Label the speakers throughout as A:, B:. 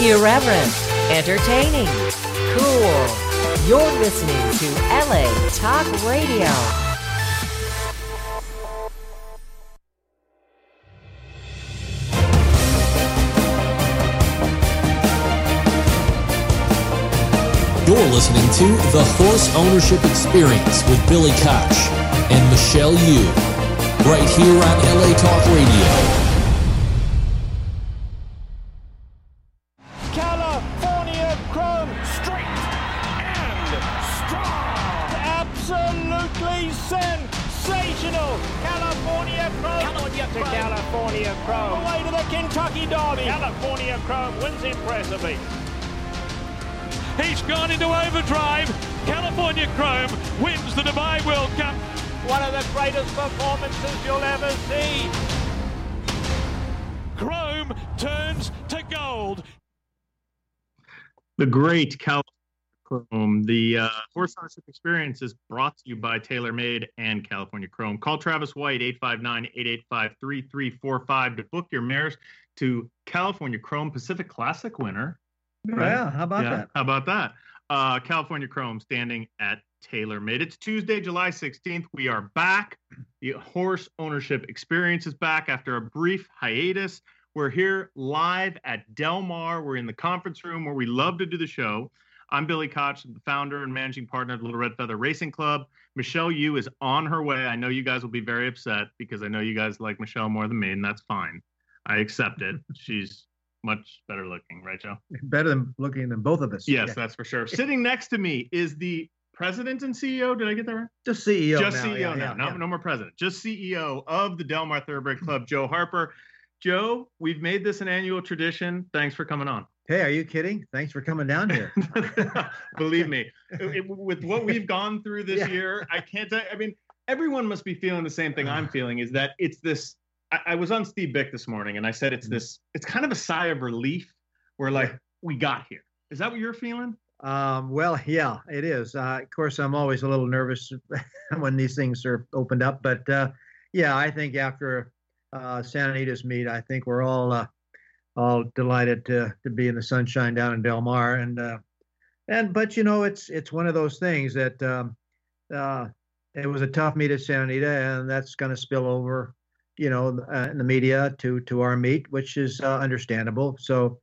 A: Irreverent, entertaining, cool. You're listening to LA Talk Radio.
B: You're listening to The Horse Ownership Experience with Billy Koch and Michelle Yu, right here on LA Talk Radio.
C: California Chrome straight and strong. Absolutely sensational. California Chrome. California Chrome. California Chrome. All the way to the Kentucky Derby. California Chrome wins impressively. He's gone into overdrive. California Chrome wins the Dubai World Cup. One of the greatest performances you'll ever see. Chrome turns to gold.
D: the great Cal Chrome. The uh, horse ownership experience is brought to you by TaylorMade and California Chrome. Call Travis White 859-885-3345 to book your mares to California Chrome Pacific Classic winner. Right?
E: Yeah, how about that?
D: How about that? Uh, California Chrome standing at TaylorMade. It's Tuesday, July 16th. We are back. The horse ownership experience is back after a brief hiatus. We're here live at Del Mar. We're in the conference room where we love to do the show. I'm Billy Koch, the founder and managing partner of Little Red Feather Racing Club. Michelle Yu is on her way. I know you guys will be very upset because I know you guys like Michelle more than me, and that's fine. I accept it. She's much better looking, right, Joe?
E: Better than looking than both of us.
D: Yes,
E: Yeah.
D: that's for sure. Sitting next to me is the president and CEO. Did I get that right?
E: Just CEO.
D: just
E: E now,
D: CEO
E: yeah,
D: now,
E: yeah,
D: not,
E: yeah.
D: no more president. Just CEO of the Delmar Thoroughbred Club, Joe Harper. Joe, we've made this an annual tradition. Thanks for coming on.
E: Hey, are you kidding? Thanks for coming down here.
D: Believe me, it- it- with what we've gone through this
E: Yeah.
D: year, I can't. tell- I mean, everyone must be feeling the same thing I'm feeling. Is that it's this? I, I was on Steve Bick this morning, and I said
E: Mm-hmm.
D: it's this. It's kind of a sigh of relief. We're like, we got here. Is that what you're feeling?
E: um, well, yeah, it is. Uh, of course, I'm always a little nervous when these things are opened up, but uh, yeah, I think after uh, San Anita's meet, I think we're all uh, all delighted to to be in the sunshine down in Del Mar, and uh, and but you know, it's it's one of those things that um, uh, it was a tough meet at San Anita, and that's going to spill over, you know, uh, in the media to to our meet, which is uh, understandable. So,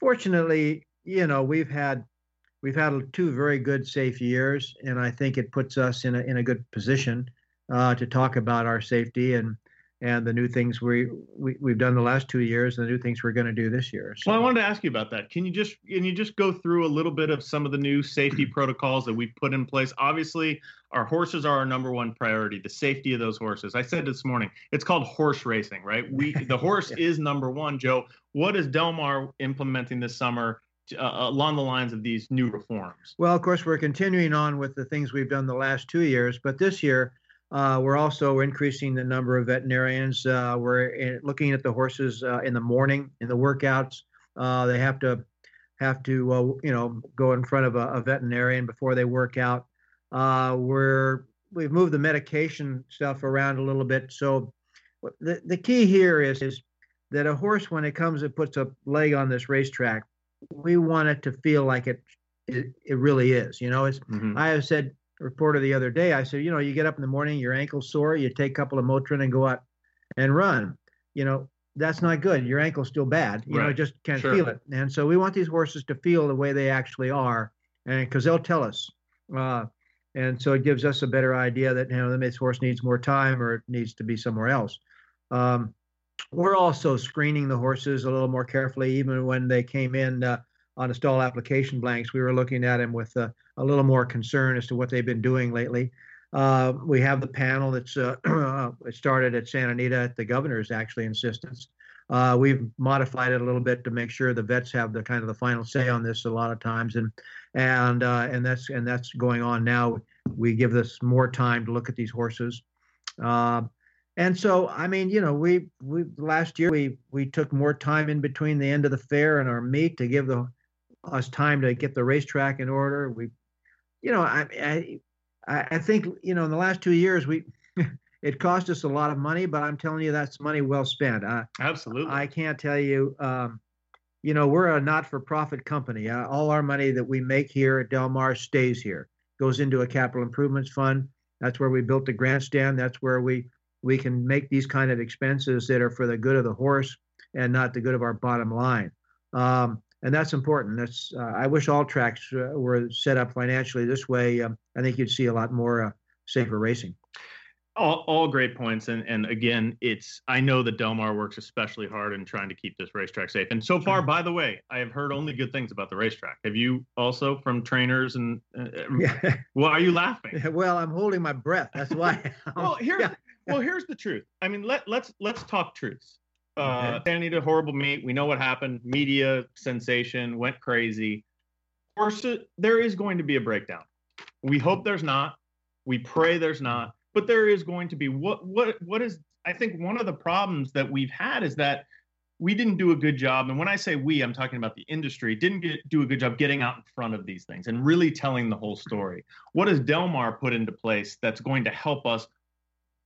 E: fortunately, you know, we've had we've had two very good safe years, and I think it puts us in a in a good position uh, to talk about our safety and and the new things we, we we've done the last two years, and the new things we're going to do this year. So,
D: Well, I wanted to ask you about that. Can you just can you just go through a little bit of some of the new safety protocols that we've put in place? Obviously, our horses are our number one priority, the safety of those horses. I said this morning, it's called horse racing, right? We the horse
E: Yeah.
D: is number one, Joe. What is Delmar implementing this summer uh, along the lines of these new reforms?
E: Well, of course, we're continuing on with the things we've done the last two years, but this year uh, we're also increasing the number of veterinarians. Uh, we're in, looking at the horses uh, in the morning in the workouts. Uh, they have to have to uh, you know go in front of a, a veterinarian before they work out. Uh, we're we've moved the medication stuff around a little bit. So what- the the key here is is that a horse when it comes and puts a leg on this racetrack, we want it to feel like it it, it really is. You know, it's
D: Mm-hmm.
E: I have said reporter the other day, I said, you know, you get up in the morning, your ankle's sore, you take a couple of Motrin and go out and run. You know, that's not good. Your ankle's still bad. You know,
D: Right.
E: just can't
D: Sure.
E: feel it. And so we want these horses to feel the way they actually are, and because they'll tell us. Uh, and so it gives us a better idea that you know this horse needs more time or it needs to be somewhere else. Um, we're also screening the horses a little more carefully, even when they came in uh, on the stall application blanks. We were looking at them with uh, a little more concern as to what they've been doing lately. Uh, we have the panel that's uh, it started at Santa Anita at the governor's actually insistence. Uh, we've modified it a little bit to make sure the vets have the kind of the final say on this a lot of times, and and uh, and that's and that's going on now. We give this more time to look at these horses. Uh, and so, I mean, you know, we we last year we we took more time in between the end of the fair and our meet to give the us time to get the racetrack in order. We, you know, I I I I think you know in the last two years we it cost us a lot of money, but I'm telling you that's money well spent. I
D: Absolutely.
E: I can't tell you um, you know, we're a not-for-profit company. Uh, all our money that we make here at Del Mar stays here, goes into a capital improvements fund. That's where we built the grandstand. That's where we we can make these kind of expenses that are for the good of the horse and not the good of our bottom line. Um, and that's important. That's uh, I wish all tracks uh, were set up financially this way. Um, I think you'd see a lot more uh, safer racing.
D: All, all great points, and and again, it's I know that Delmar works especially hard in trying to keep this racetrack safe. And so far, by the way, I have heard only good things about the racetrack. Have you also from trainers and? Uh,
E: Yeah.
D: Well, are you laughing?
E: well, I'm holding my breath. That's why.
D: Well, here's
E: Yeah.
D: well, here's the truth. I mean, let let's let's talk truths. Uh, Danny did horrible meet. We know what happened. Media sensation went crazy. Horses, there is going to be a breakdown. We hope there's not. We pray there's not. But there is going to be. What what what is? I think one of the problems that we've had is that we didn't do a good job. And when I say we, I'm talking about the industry. Didn't get, do a good job getting out in front of these things and really telling the whole story. What has Delmar put into place that's going to help us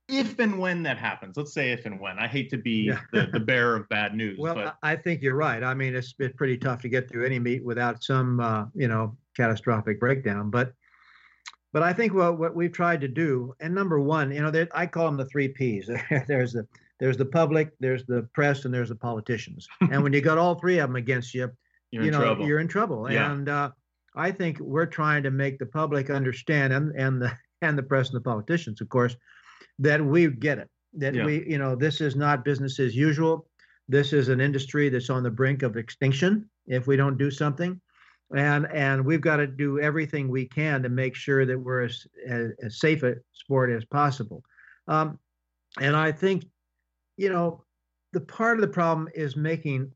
D: if and when that happens, let's say if and when. I hate to be
E: Yeah.
D: the, the bearer of bad news,
E: Well, uh,
D: but
E: I I think you're right. I mean, it's been pretty tough to get through any meet without some, uh, you know, catastrophic breakdown. But, but I think what what we've tried to do, and number one, you know, there, I call them the three Ps. there's the there's the public, there's the press, and there's the politicians. and when you got all three of them against you,
D: you're
E: you
D: in
E: know,
D: trouble.
E: you're in trouble.
D: Yeah.
E: And uh, I think we're trying to make the public understand, and and the and the press and the politicians, of course, that we get it. That
D: Yeah.
E: we, you know, this is not business as usual. This is an industry that's on the brink of extinction if we don't do something, and and we've got to do everything we can to make sure that we're as as, as safe a sport as possible. Um, and I think, you know, the part of the problem is making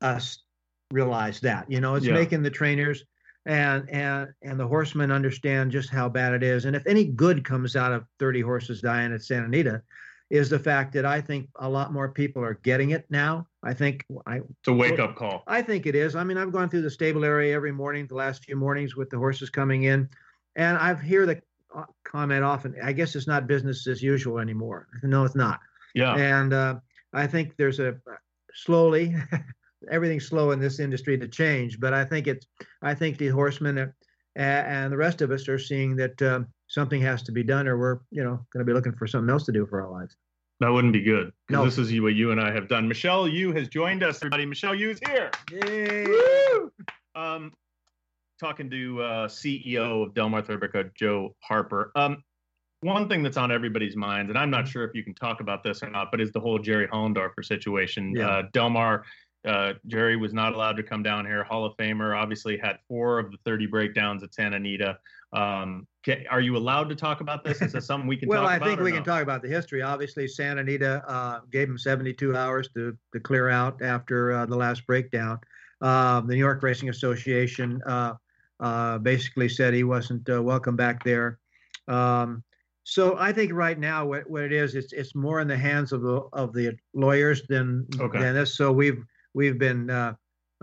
E: us realize that. You know, it's
D: Yeah.
E: making the trainers and and and the horsemen understand just how bad it is. And if any good comes out of 30 horses dying at Santa Anita, is the fact that I think a lot more people are getting it now. I think I
D: it's a wake up call.
E: I think it is. I mean, I've gone through the stable area every morning the last few mornings with the horses coming in, and I've hear the uh, comment often. I guess it's not business as usual anymore. No, it's not.
D: Yeah.
E: And uh, I think there's a uh, slowly, everything's slow in this industry to change. But I think it's, I think the horsemen and, and the rest of us are seeing that um, something has to be done, or we're, you know, going to be looking for something else to do for our lives.
D: That wouldn't be good. 'cause
E: No.
D: This is what you and I have done. Michelle Yu has joined us, everybody. Michelle Yu is here.
E: Yay!
D: Um, talking to uh, CEO of Delmar Thurbica, Joe Harper. Um, one thing that's on everybody's minds, and I'm not sure if you can talk about this or not, but is the whole Jerry Hollendorfer situation.
E: Yeah.
D: Uh, Delmar, uh, Jerry was not allowed to come down here. Hall of Famer obviously had four of the 30 breakdowns at Santa Anita. Um, ca- are you allowed to talk about this? Is this something we can
E: Well,
D: talk
E: I
D: about?
E: think
D: or
E: we
D: no?
E: can talk about the history. Obviously, Santa Anita uh, gave him 72 hours to, to clear out after uh, the last breakdown. Uh, the New York Racing Association uh, uh, basically said he wasn't uh, welcome back there. Um, so I think right now what, what it is, it's it's more in the hands of the of the lawyers than
D: Okay.
E: than this. So we've we've been uh,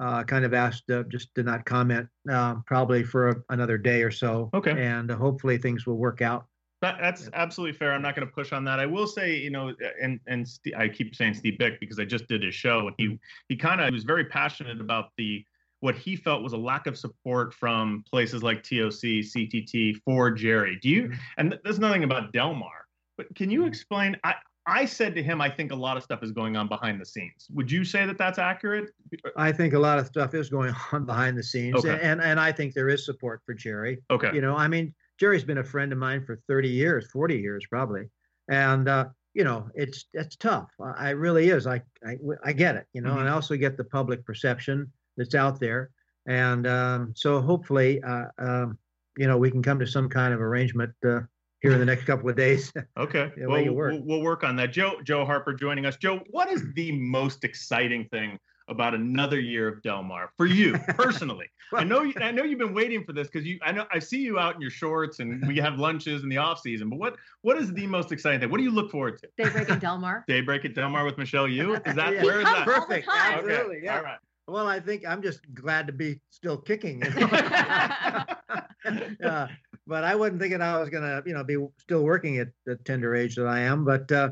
E: uh, kind of asked uh, just to not comment, uh, probably for a, another day or so.
D: Okay.
E: And hopefully things will work out.
D: That, that's absolutely fair. I'm not going to push on that. I will say, you know, and and Ste I keep saying Steve Bick because I just did his show, and he he kind of was very passionate about the what he felt was a lack of support from places like TOC, CTT for Jerry. Do you? And th- there's nothing about Delmar, but can you explain? I I said to him, I think a lot of stuff is going on behind the scenes. Would you say that that's accurate?
E: I think a lot of stuff is going on behind the scenes,
D: Okay.
E: and and I think there is support for Jerry.
D: Okay.
E: You know, I mean, Jerry's been a friend of mine for thirty years, forty years probably, and uh, you know, it's it's tough. I, I really is. I, I I get it. You know,
D: Mm-hmm.
E: and I also get the public perception that's out there, and um, so hopefully, uh, um, you know, we can come to some kind of arrangement uh, here in the next couple of days.
D: Okay.
E: Yeah,
D: well,
E: make it work.
D: we'll, we'll work on that. Joe Joe Harper joining us. Joe, what is the most exciting thing about another year of Del Mar for you personally? I know you, I know you've been waiting for this because you I know I see you out in your shorts and we have lunches in the off season. But what what is the most exciting thing? What do you look forward to?
F: Daybreak in Delmar.
D: Daybreak at Del Mar with Michelle. You is that
E: Yeah.
D: where is
F: All the
D: that?
E: Perfect.
F: time.
D: Okay,
E: Absolutely. Yeah.
D: All right.
E: Well, I think I'm just glad to be still kicking. you know? uh, but I wasn't thinking I was gonna, you know, be still working at the tender age that I am. But uh,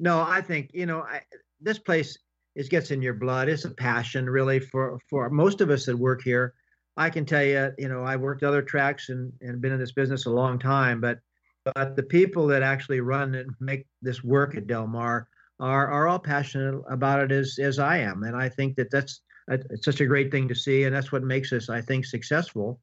E: no, I think you know I, this place it gets in your blood. It's a passion, really, for for most of us that work here. I can tell you, you know, I worked other tracks and and been in this business a long time, but but the people that actually run and make this work at Del Mar are are all passionate about it as as I am, and I think that that's it's such a great thing to see, and that's what makes us, I think, successful.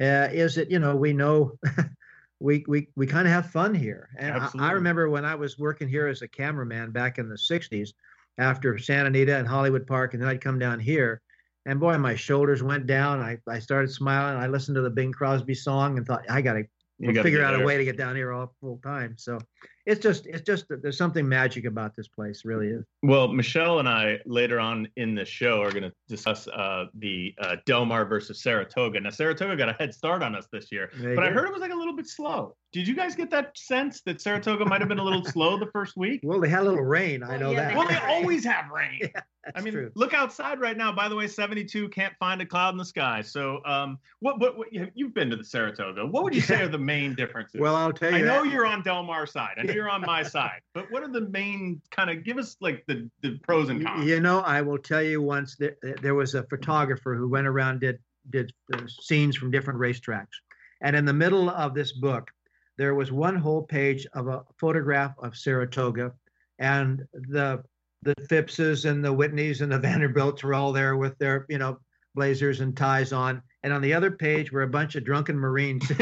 E: Uh, is that you know we know we we we kind of have fun here, and I, I, remember when I was working here as a cameraman back in the '60s, after Santa Anita and Hollywood Park, and then I'd come down here, and boy, my shoulders went down. I I started smiling. I listened to the Bing Crosby song and thought I gotta. We'll figure out there. a way to get down here all full time. So it's just it's just there's something magic about this place, really is.
D: Well, Michelle and I later on in the show are going to discuss uh, the uh, Delmar versus Saratoga. Now Saratoga got a head start on us this year, they but did. I heard it was like a little bit slow. Did you guys get that sense that Saratoga might have been a little slow the first week?
E: Well, they had a little rain. I know
D: yeah,
E: that.
D: Well, they always have rain. Yeah, I mean, true. look outside right now. By the way, 72 can't find a cloud in the sky. So, um, what, what, what you've been to the Saratoga? What would you say are the main differences?
E: Well, I'll tell you. I
D: know that. you're on Delmar side. I know you're on my side. But what are the main kind of give us like the the pros and cons?
E: You know, I will tell you once there, there was a photographer who went around did did uh, scenes from different racetracks. And in the middle of this book, there was one whole page of a photograph of Saratoga, and the the Phippses and the Whitneys and the Vanderbilts were all there with their you know blazers and ties on, and on the other page were a bunch of drunken Marines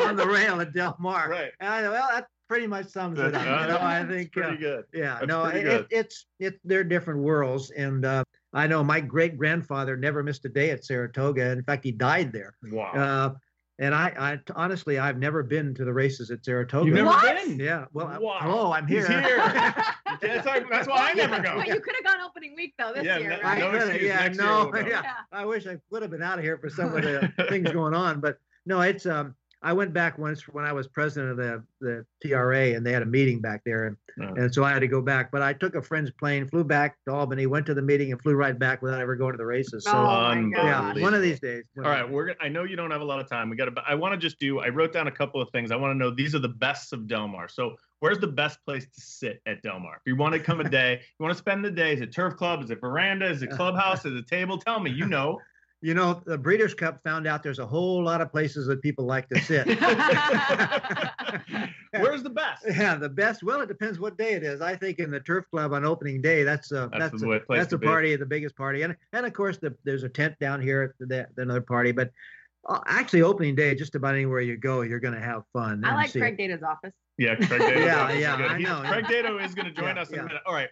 E: on the rail at Del Mar.
D: Right.
E: I, well, that pretty much sums it up. You know, I think
D: pretty uh, good.
E: Yeah. That's no, it, good. it's it. They're different worlds, and. Uh, I know my great grandfather never missed a day at Saratoga. In fact, he died there.
D: Wow.
E: Uh, and I, I, honestly, I've never been to the races at Saratoga.
D: You've never what? been?
E: Yeah. Well, wow. hello, I'm
D: He's
E: here.
D: here. that's, why, that's, why I never go.
G: Well, you could have gone opening week though this
D: yeah,
G: year.
E: I
G: right?
E: no excuse. Yeah, Next no, year we'll yeah. yeah. I wish I would have been out of here for some of the things going on, but no, it's um. I went back once when I was president of the the TRA, and they had a meeting back there, and, oh. and so I had to go back. But I took a friend's plane, flew back to Albany, went to the meeting, and flew right back without ever going to the races. So,
G: oh
E: yeah, one of these days.
D: All right, we're. Gonna, I know you don't have a lot of time. We got to. I want to just do. I wrote down a couple of things. I want to know these are the bests of Delmar. So where's the best place to sit at Delmar? If you want to come a day, you want to spend the day. Is it turf club? Is it veranda? Is it clubhouse? is it table? Tell me. You know.
E: You know, the Breeders' Cup found out there's a whole lot of places that people like to sit.
D: Where's the best?
E: Yeah, the best. Well, it depends what day it is. I think in the Turf Club on opening day, that's a
D: that's,
E: that's
D: the
E: a,
D: place
E: that's a
D: be.
E: party, the biggest party, and and of course the, there's a tent down here at the, the, another party. But uh, actually, opening day, just about anywhere you go, you're going to have fun.
G: I like Craig it. Data's office.
D: Yeah, Craig Data's
E: yeah,
D: office.
E: Yeah, yeah, I know.
D: Craig Data is going to join yeah, us in yeah. a minute. All right,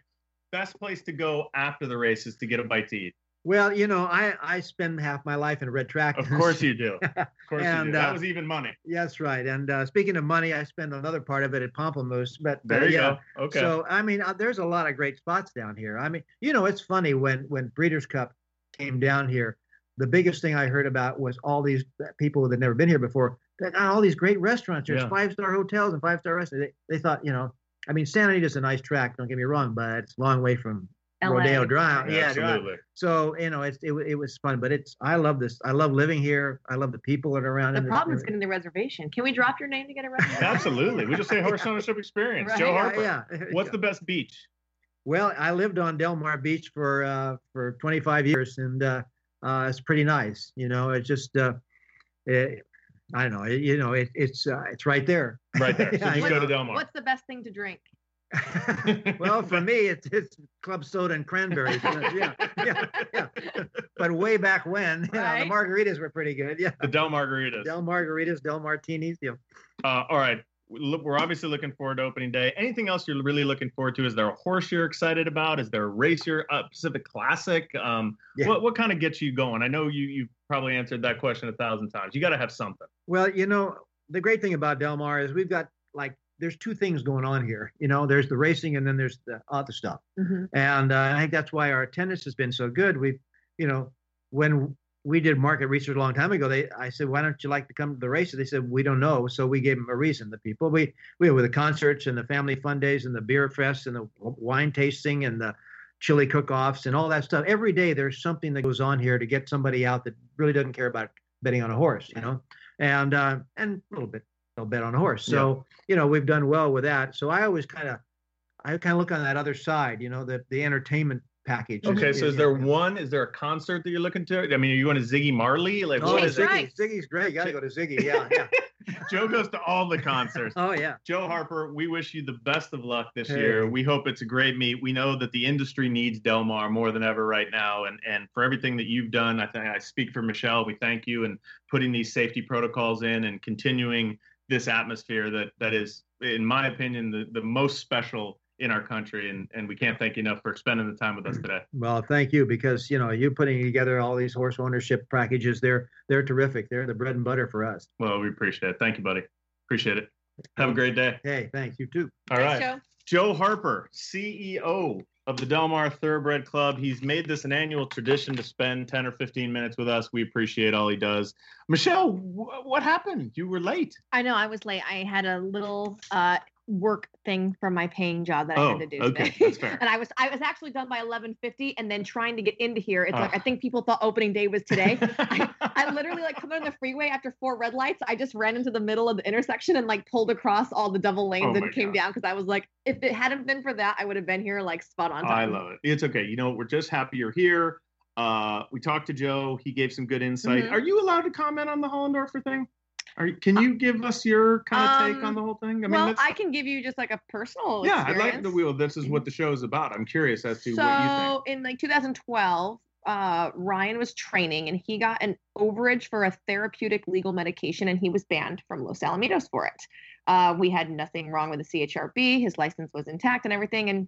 D: best place to go after the race is to get a bite to eat.
E: Well, you know, I I spend half my life in red track.
D: Of course you do. Of course and, you do. That uh, was even money.
E: Yes, right. And uh, speaking of money, I spend another part of it at Pomplamoose. But
D: there
E: uh,
D: you
E: yeah.
D: go. Okay.
E: So I mean, uh, there's a lot of great spots down here. I mean, you know, it's funny when when Breeders' Cup came down here, the biggest thing I heard about was all these uh, people that had never been here before. They got all these great restaurants. There's yeah. five star hotels and five star restaurants. They, they thought, you know, I mean, San Anita's a nice track. Don't get me wrong, but it's a long way from LA. Rodeo Drive. Yeah, Drive. So you know, it's it, it was fun, but it's I love this. I love living here. I love the people that are around.
G: The problem is getting the reservation. Can we drop your name to get a reservation?
D: Absolutely. We just say horse ownership experience.
G: Right.
D: Joe Harper.
E: Yeah. Oh, yeah.
D: What's the best beach?
E: Well, I lived on Delmar Beach for uh, for 25 years, and uh, uh, it's pretty nice. You know, it's just uh, it, I don't know. It, you know, it, it's uh, it's right there.
D: Right there. yeah, so just go know. to Delmar.
G: What's the best thing to drink?
E: well, for me, it's, it's club soda and cranberries. yeah, yeah, yeah. But way back when, you know, the margaritas were pretty good. Yeah.
D: The Del Margaritas.
E: Del Margaritas, Del Martinis. Yeah.
D: Uh, all right. We're obviously looking forward to opening day. Anything else you're really looking forward to? Is there a horse you're excited about? Is there a race you're uh, Pacific Classic? Um, yeah. What what kind of gets you going? I know you you probably answered that question a thousand times. You got to have something.
E: Well, you know the great thing about Del Mar is we've got like there's two things going on here. You know, there's the racing and then there's the other stuff. Mm-hmm. And uh, I think that's why our attendance has been so good. We've, you know, when we did market research a long time ago, they I said, why don't you like to come to the races? They said, we don't know. So we gave them a reason. The people we we were the concerts and the family fun days and the beer fest and the wine tasting and the chili cook-offs and all that stuff. Every day there's something that goes on here to get somebody out that really doesn't care about betting on a horse, you know, and uh, and a little bit they'll bet on a horse. So yeah. you know we've done well with that. So I always kind of I kind of look on that other side, you know, the the entertainment package.
D: Okay, so is there one? Is there a concert that you're looking to? I mean, are you going to Ziggy Marley? Like,
E: Oh,
D: what
G: That's
D: is it?
E: Ziggy,
G: right.
E: Ziggy's great. Got to go to Ziggy. Yeah, yeah.
D: Joe goes to all the concerts.
E: Oh yeah.
D: Joe Harper, we wish you the best of luck this
E: Hey.
D: year. We hope it's a great meet. We know that the industry needs Delmar more than ever right now, and and for everything that you've done, I think I speak for Michelle. We thank you and putting these safety protocols in and continuing this atmosphere that that is, in my opinion, the the most special in our country, and and we can't thank you enough for spending the time with us today.
E: Well, thank you because you know you putting together all these horse ownership packages. They're they're terrific. They're the bread and butter for us.
D: Well, we appreciate it. Thank you, buddy. Appreciate it. Have a great day.
E: Hey, thanks you too.
D: All
G: Thanks,
D: right.
G: Joe.
D: Joe Harper, CEO of the Delmar Thoroughbred Club. He's made this an annual tradition to spend 10 or 15 minutes with us. We appreciate all he does. Michelle, wh- what happened? You were late.
G: I know I was late. I had a little uh work thing from my paying job that I
D: Oh,
G: had to do
D: okay.
G: today.
D: That's fair.
G: and I was I was actually done by 11:50 and then trying to get into here. It's like
D: Ah.
G: I think people thought opening day was today. I literally like coming on the freeway after four red lights. I just ran into the middle of the intersection and like pulled across all the double lanes
D: Oh my
G: and came down because I was like, if it hadn't been for that, I would have been here like spot on time.
D: I love it. It's okay. You know, we're just happy you're here. Uh, we talked to Joe. He gave some good insight.
G: Mhm.
D: Are you allowed to comment on the Hollendorfer thing? Are you, can you give us your kind of take
G: Uh, Um,
D: on the whole thing? I mean,
G: well,
D: that's-
G: I can give you just like a personal.
D: yeah, I'd
G: experience.
D: like the wheel. This is what the show is about. I'm curious as to
G: so
D: what you think.
G: in like 2012 uh, ryan was training and he got an overage for a therapeutic legal medication and he was banned from los alamitos for it uh, we had nothing wrong with the chrb his license was intact and everything and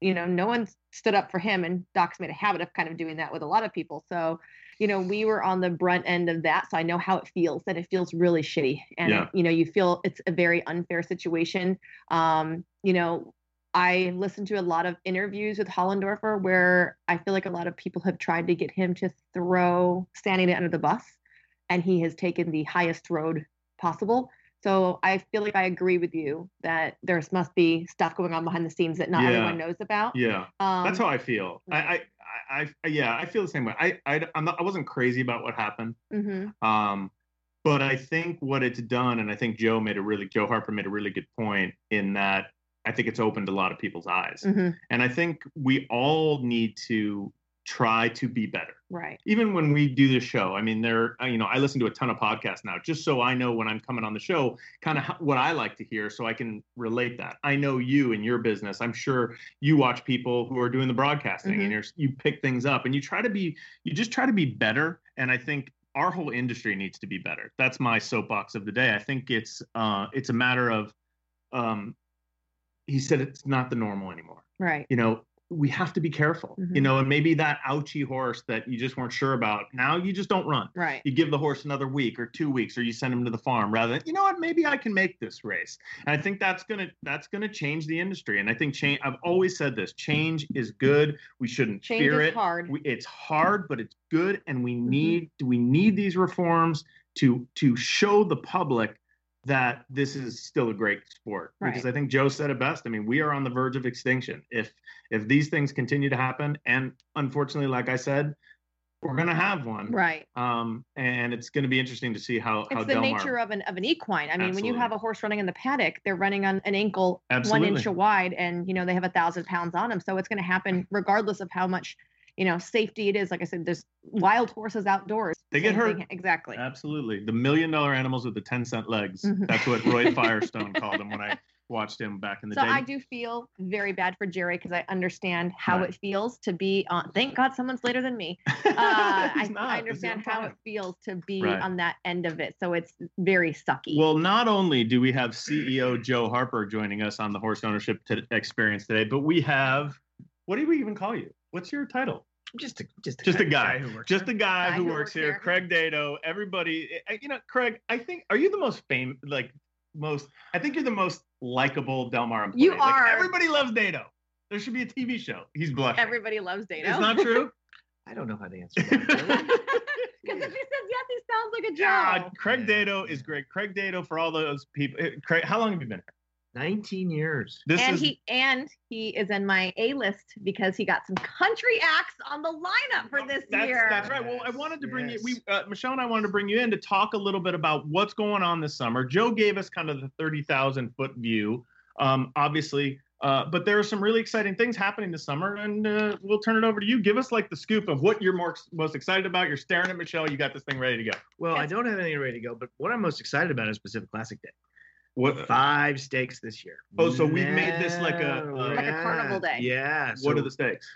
G: you know no one stood up for him and doc's made a habit of kind of doing that with a lot of people so you know we were on the brunt end of that so i know how it feels and it feels really shitty and
D: Yeah.
G: you know you feel it's a very unfair situation um you know I listened to a lot of interviews with Hollendorfer where I feel like a lot of people have tried to get him to throw Sanity under the bus, and he has taken the highest road possible. So I feel like I agree with you that there must be stuff going on behind the scenes that not
D: Yeah.
G: everyone knows about.
D: Yeah.
G: Um,
D: That's how I feel. I, I, I, I yeah, I feel the same way. I, I, I'm not, I wasn't crazy about what happened.
G: mhm.
D: Um, but I think what it's done, and I think Joe made a really, Joe Harper made a really good point in that I think it's opened a lot of people's eyes.
G: Mhm.
D: And I think we all need to try to be better.
G: right.
D: Even when we do this show, I mean, there, uh, you know, I listen to a ton of podcasts now, just so I know when I'm coming on the show, kind of what I like to hear, so I can relate that. I know you and your business. I'm sure you watch people who are doing the broadcasting, and you're, you pick things up, and you try to be, you just try to be better. And I think our whole industry needs to be better. That's my soapbox of the day. I think it's, uh, it's a matter of, um, he said it's not the normal anymore
G: Right.
D: you know we have to be careful you
G: Mhm.
D: know and maybe that ouchy horse that you just weren't sure about now you just don't run
G: Right.
D: you give the horse another week or two weeks or you send him to the farm rather than you know what maybe i can make this race and i think that's gonna that's gonna change the industry and i think change i've always said this change is good we shouldn't
G: Change
D: fear
G: is
D: it
G: hard.
D: we, it's hard but it's good and
G: Mm-hmm.
D: we need we need these reforms to to show the public that this is still a great sport because
G: Right.
D: i think joe said it best i mean we are on the verge of extinction if if these things continue to happen and unfortunately like i said we're going to have one
G: right.
D: um and it's going to be interesting to see how how
G: It's the
D: delmar
G: nature of an of an equine. I mean, when
D: Absolutely.
G: you have a horse running in the paddock, they're running on an ankle one inch
D: Absolutely.
G: wide, and you know they have a thousand pounds on them. So it's going to happen regardless of how much you know safety it is. Like I said, there's wild horses outdoors.
D: They get
G: Same thing-
D: hurt.
G: Exactly.
D: absolutely the million dollar animals with the 10 cent legs
G: Mhm.
D: that's what roy firestone called them when i watched him back in the
G: So
D: day
G: I do feel very bad for Jerry because I understand how
D: Right.
G: it feels to be on. Thank God someone's later than me. Uh,
D: He's
G: I,
D: not.
G: I
D: This is
G: understand
D: on
G: how it
D: time.
G: feels to be
D: Right.
G: on that end of it. So it's very sucky.
D: Well, not only do we have CEO Joe Harper joining us on the horse ownership t- experience today, but we have what do we even call you? What's your title?
H: Just a, just a
D: Just a guy.
H: who works.
D: Just the guy,
G: Guy
D: who, works, here, Craig Dado. Everybody, I- you know, Craig. I think are you the most famous? Like most? I think you're the most likable Delmar employee.
G: You
D: Like,
G: are.
D: everybody loves Dado. There should be a TV show. He's blushing.
G: Everybody loves Dano.
D: It's not true.
H: I don't know how to answer that.
G: Because if he says yes, he sounds like a
D: God,
G: Joe.
D: Craig
H: Yeah,
D: Dado is
H: yeah.
D: great. Craig Dado for all those people. eh, Craig, how long have you been here?
H: 19 years.
D: This
G: and
D: is
G: he and he is in my A list because he got some country acts on the lineup for this
D: Oh, that's,
G: year.
D: That's right. Well, I wanted to bring
H: Yes,
D: you,
H: yes.
D: we, uh, Michelle and I wanted to bring you in to talk a little bit about what's going on this summer. Joe gave us kind of the 30,000 foot view. Um, obviously, Uh, but there are some really exciting things happening this summer, and uh, we'll turn it over to you. Give us like the scoop of what you're more, most excited about. You're staring at Michelle. You got this thing ready to go.
E: Well, I don't have anything ready to go, but what I'm most excited about is Pacific Classic Day.
D: What?
E: Five stakes this year.
D: Oh, so we've made this like a- uh,
E: No,
D: Like
G: a carnival day.
E: Yeah.
D: what
E: so-
D: are the stakes?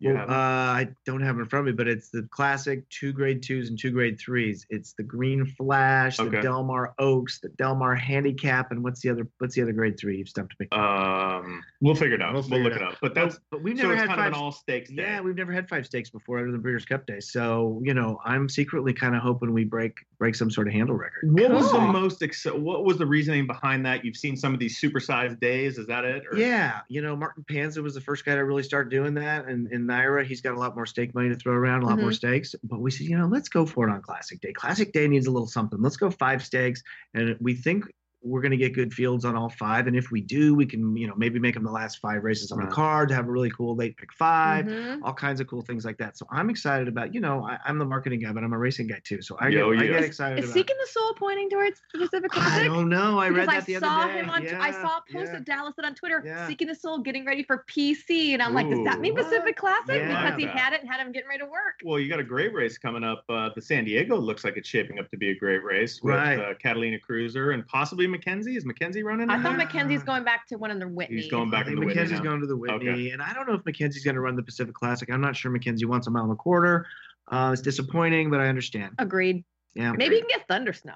D: You
E: Well,
D: have
E: uh, I don't have it in front of me, but it's the classic two grade twos and two grade threes. It's the Green Flash,
D: Okay.
E: the Delmar Oaks, the Delmar Handicap, and what's the other? What's the other grade three? You've stumped me.
D: it? um, we'll figure it out. We'll,
E: uh, We'll figure
D: look
E: it
D: it out. But that's
E: but we've
D: so
E: never
D: it's
E: had
D: kind
E: five.
D: of an all stakes day.
E: yeah, we've never had five stakes before other than Breeders' Cup Day. So you know, I'm secretly kind of hoping we break break some sort of handle record.
D: What was the
G: Cool.
D: most? Ex- what was the reasoning behind that? You've seen some of these supersized days. Is that it? Or-
E: Yeah, you know, Martin Panza was the first guy to really start doing that, and in Naira, he's got a lot more stake money to throw around, a lot
G: Mm-hmm.
E: more stakes. But we said, you know, let's go for it on Classic Day. Classic Day needs a little something. Let's go five stakes, and we think we're going to get good fields on all five. And if we do, we can, you know, maybe make them the last five races on the
D: Right.
E: card, have a really cool late pick 5
G: Mhm.
E: all kinds of cool things like that. So I'm excited about, you know, I, I'm the marketing guy, but I'm a racing guy too. So I,
D: Yo,
E: get, I
D: yeah.
E: get excited
G: oh, Is
E: about. it.
G: seeking the soul pointing towards the Pacific
E: I
G: Classic?
E: don't know. I
G: because
E: read that the
G: saw
E: other day.
G: him on. I
E: Yeah,
G: saw a post
E: yeah.
G: of Dallas said on Twitter,
E: Yeah.
G: "Seeking the Soul, getting ready for PC," and I'm like, "Does that
D: Ooh,
G: mean
E: what?
G: Pacific Classic?"
E: Yeah.
G: Because he
D: Yeah.
G: had it and had him getting ready to work.
D: Well, you got a great race coming up. Uh, the San Diego looks like it's shaping up to be a great race with
E: Right.
D: uh, Catalina Cruiser and possibly Mackenzie. Is Mackenzie running?
G: I
D: in
G: thought
D: there?
G: Mackenzie's going back to one of the Whitney.
D: Uh-huh. He's going back
E: I
D: in
E: think
D: the Whitney
E: Mackenzie's
D: now.
E: going to the Whitney,
D: Okay.
E: and I don't know if Mackenzie's going to run the Pacific Classic. I'm not sure Mackenzie wants a mile and a quarter. Uh, it's disappointing, but I understand.
G: Agreed.
E: Yeah,
G: Maybe you can get Thunder Snow.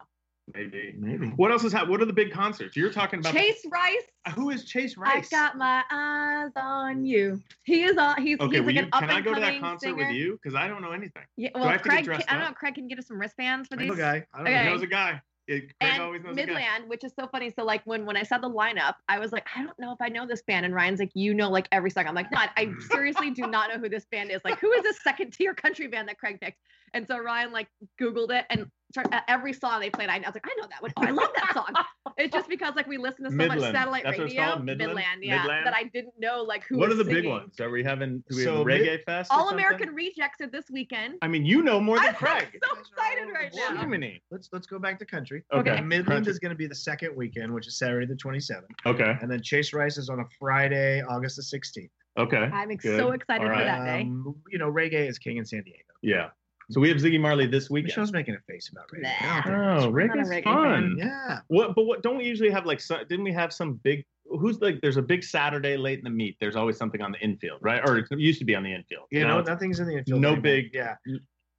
D: Maybe.
E: maybe.
D: What else is happening? What are the big concerts? You're talking about uh,
G: Chase Rice.
D: Who is Chase
G: I've
D: Rice?
G: got my eyes on you. He is on. He's
D: okay,
G: he's
D: will
G: like
D: you-
G: an up
D: can I
G: and
D: go to that
G: coming
D: concert
G: singer.
D: with you? Because I don't know anything.
G: Yeah,
D: I
G: well,
D: have to get
G: Craig.
D: dressed
G: I don't
D: up?
G: know. Craig can get us some wristbands for
E: I
G: these.
E: know a guy. I don't
G: Okay.
D: He
E: know.
D: knows a guy. It, Craig always knows
G: and
D: a guy.
G: Midland, which is so funny. So like when when I saw the lineup, I was like, I don't know if I know this band. And Ryan's like, you know like every song. I'm like, not. I seriously do not know who this band is. Like, who is this second tier country band that Craig picked? And so Ryan like Googled it and started, uh, every song they played, I, I was like, I know that one. Oh, I love that song. it's just because like we listen to so much
D: Midland.
G: satellite
D: That's what it's
G: radio,
D: called? Midland?
G: yeah,
D: Midland?
G: that I didn't know like who.
D: What are
G: was
D: the big
G: singing.
D: ones? Are we having? Do we have
E: So
D: a
E: mid-
D: reggae fest? or
G: All
D: something?
G: American Rejects are this weekend.
D: I mean, you know more than
G: I'm
D: Craig.
G: so excited right now.
D: Jiminy.
E: Let's let's go back to country.
D: Okay.
G: Okay.
E: Midland is going to be the second weekend, which is Saturday the 27th,
D: Okay.
E: and then Chase Rice is on a Friday, August the 16th.
D: Okay.
G: I'm ex-
D: Good.
G: so excited
D: All
G: for
D: right.
G: that day.
E: Um, you know, reggae is king in San Diego.
D: Yeah. So we have Ziggy Marley this weekend.
E: Michelle's making a face about reggae.
G: Nah.
D: Oh,
G: Not a
D: reggae's
G: reggae
D: fun.
E: Yeah.
D: What? But what? Don't we usually have like? Some, didn't we have some big? Who's like? There's a big Saturday late in the meet. There's always something on the infield, right? Or it used to be on the infield.
E: You know,
D: Now it's-
E: nothing's in the infield.
D: no
E: anymore.
D: big-
E: Yeah.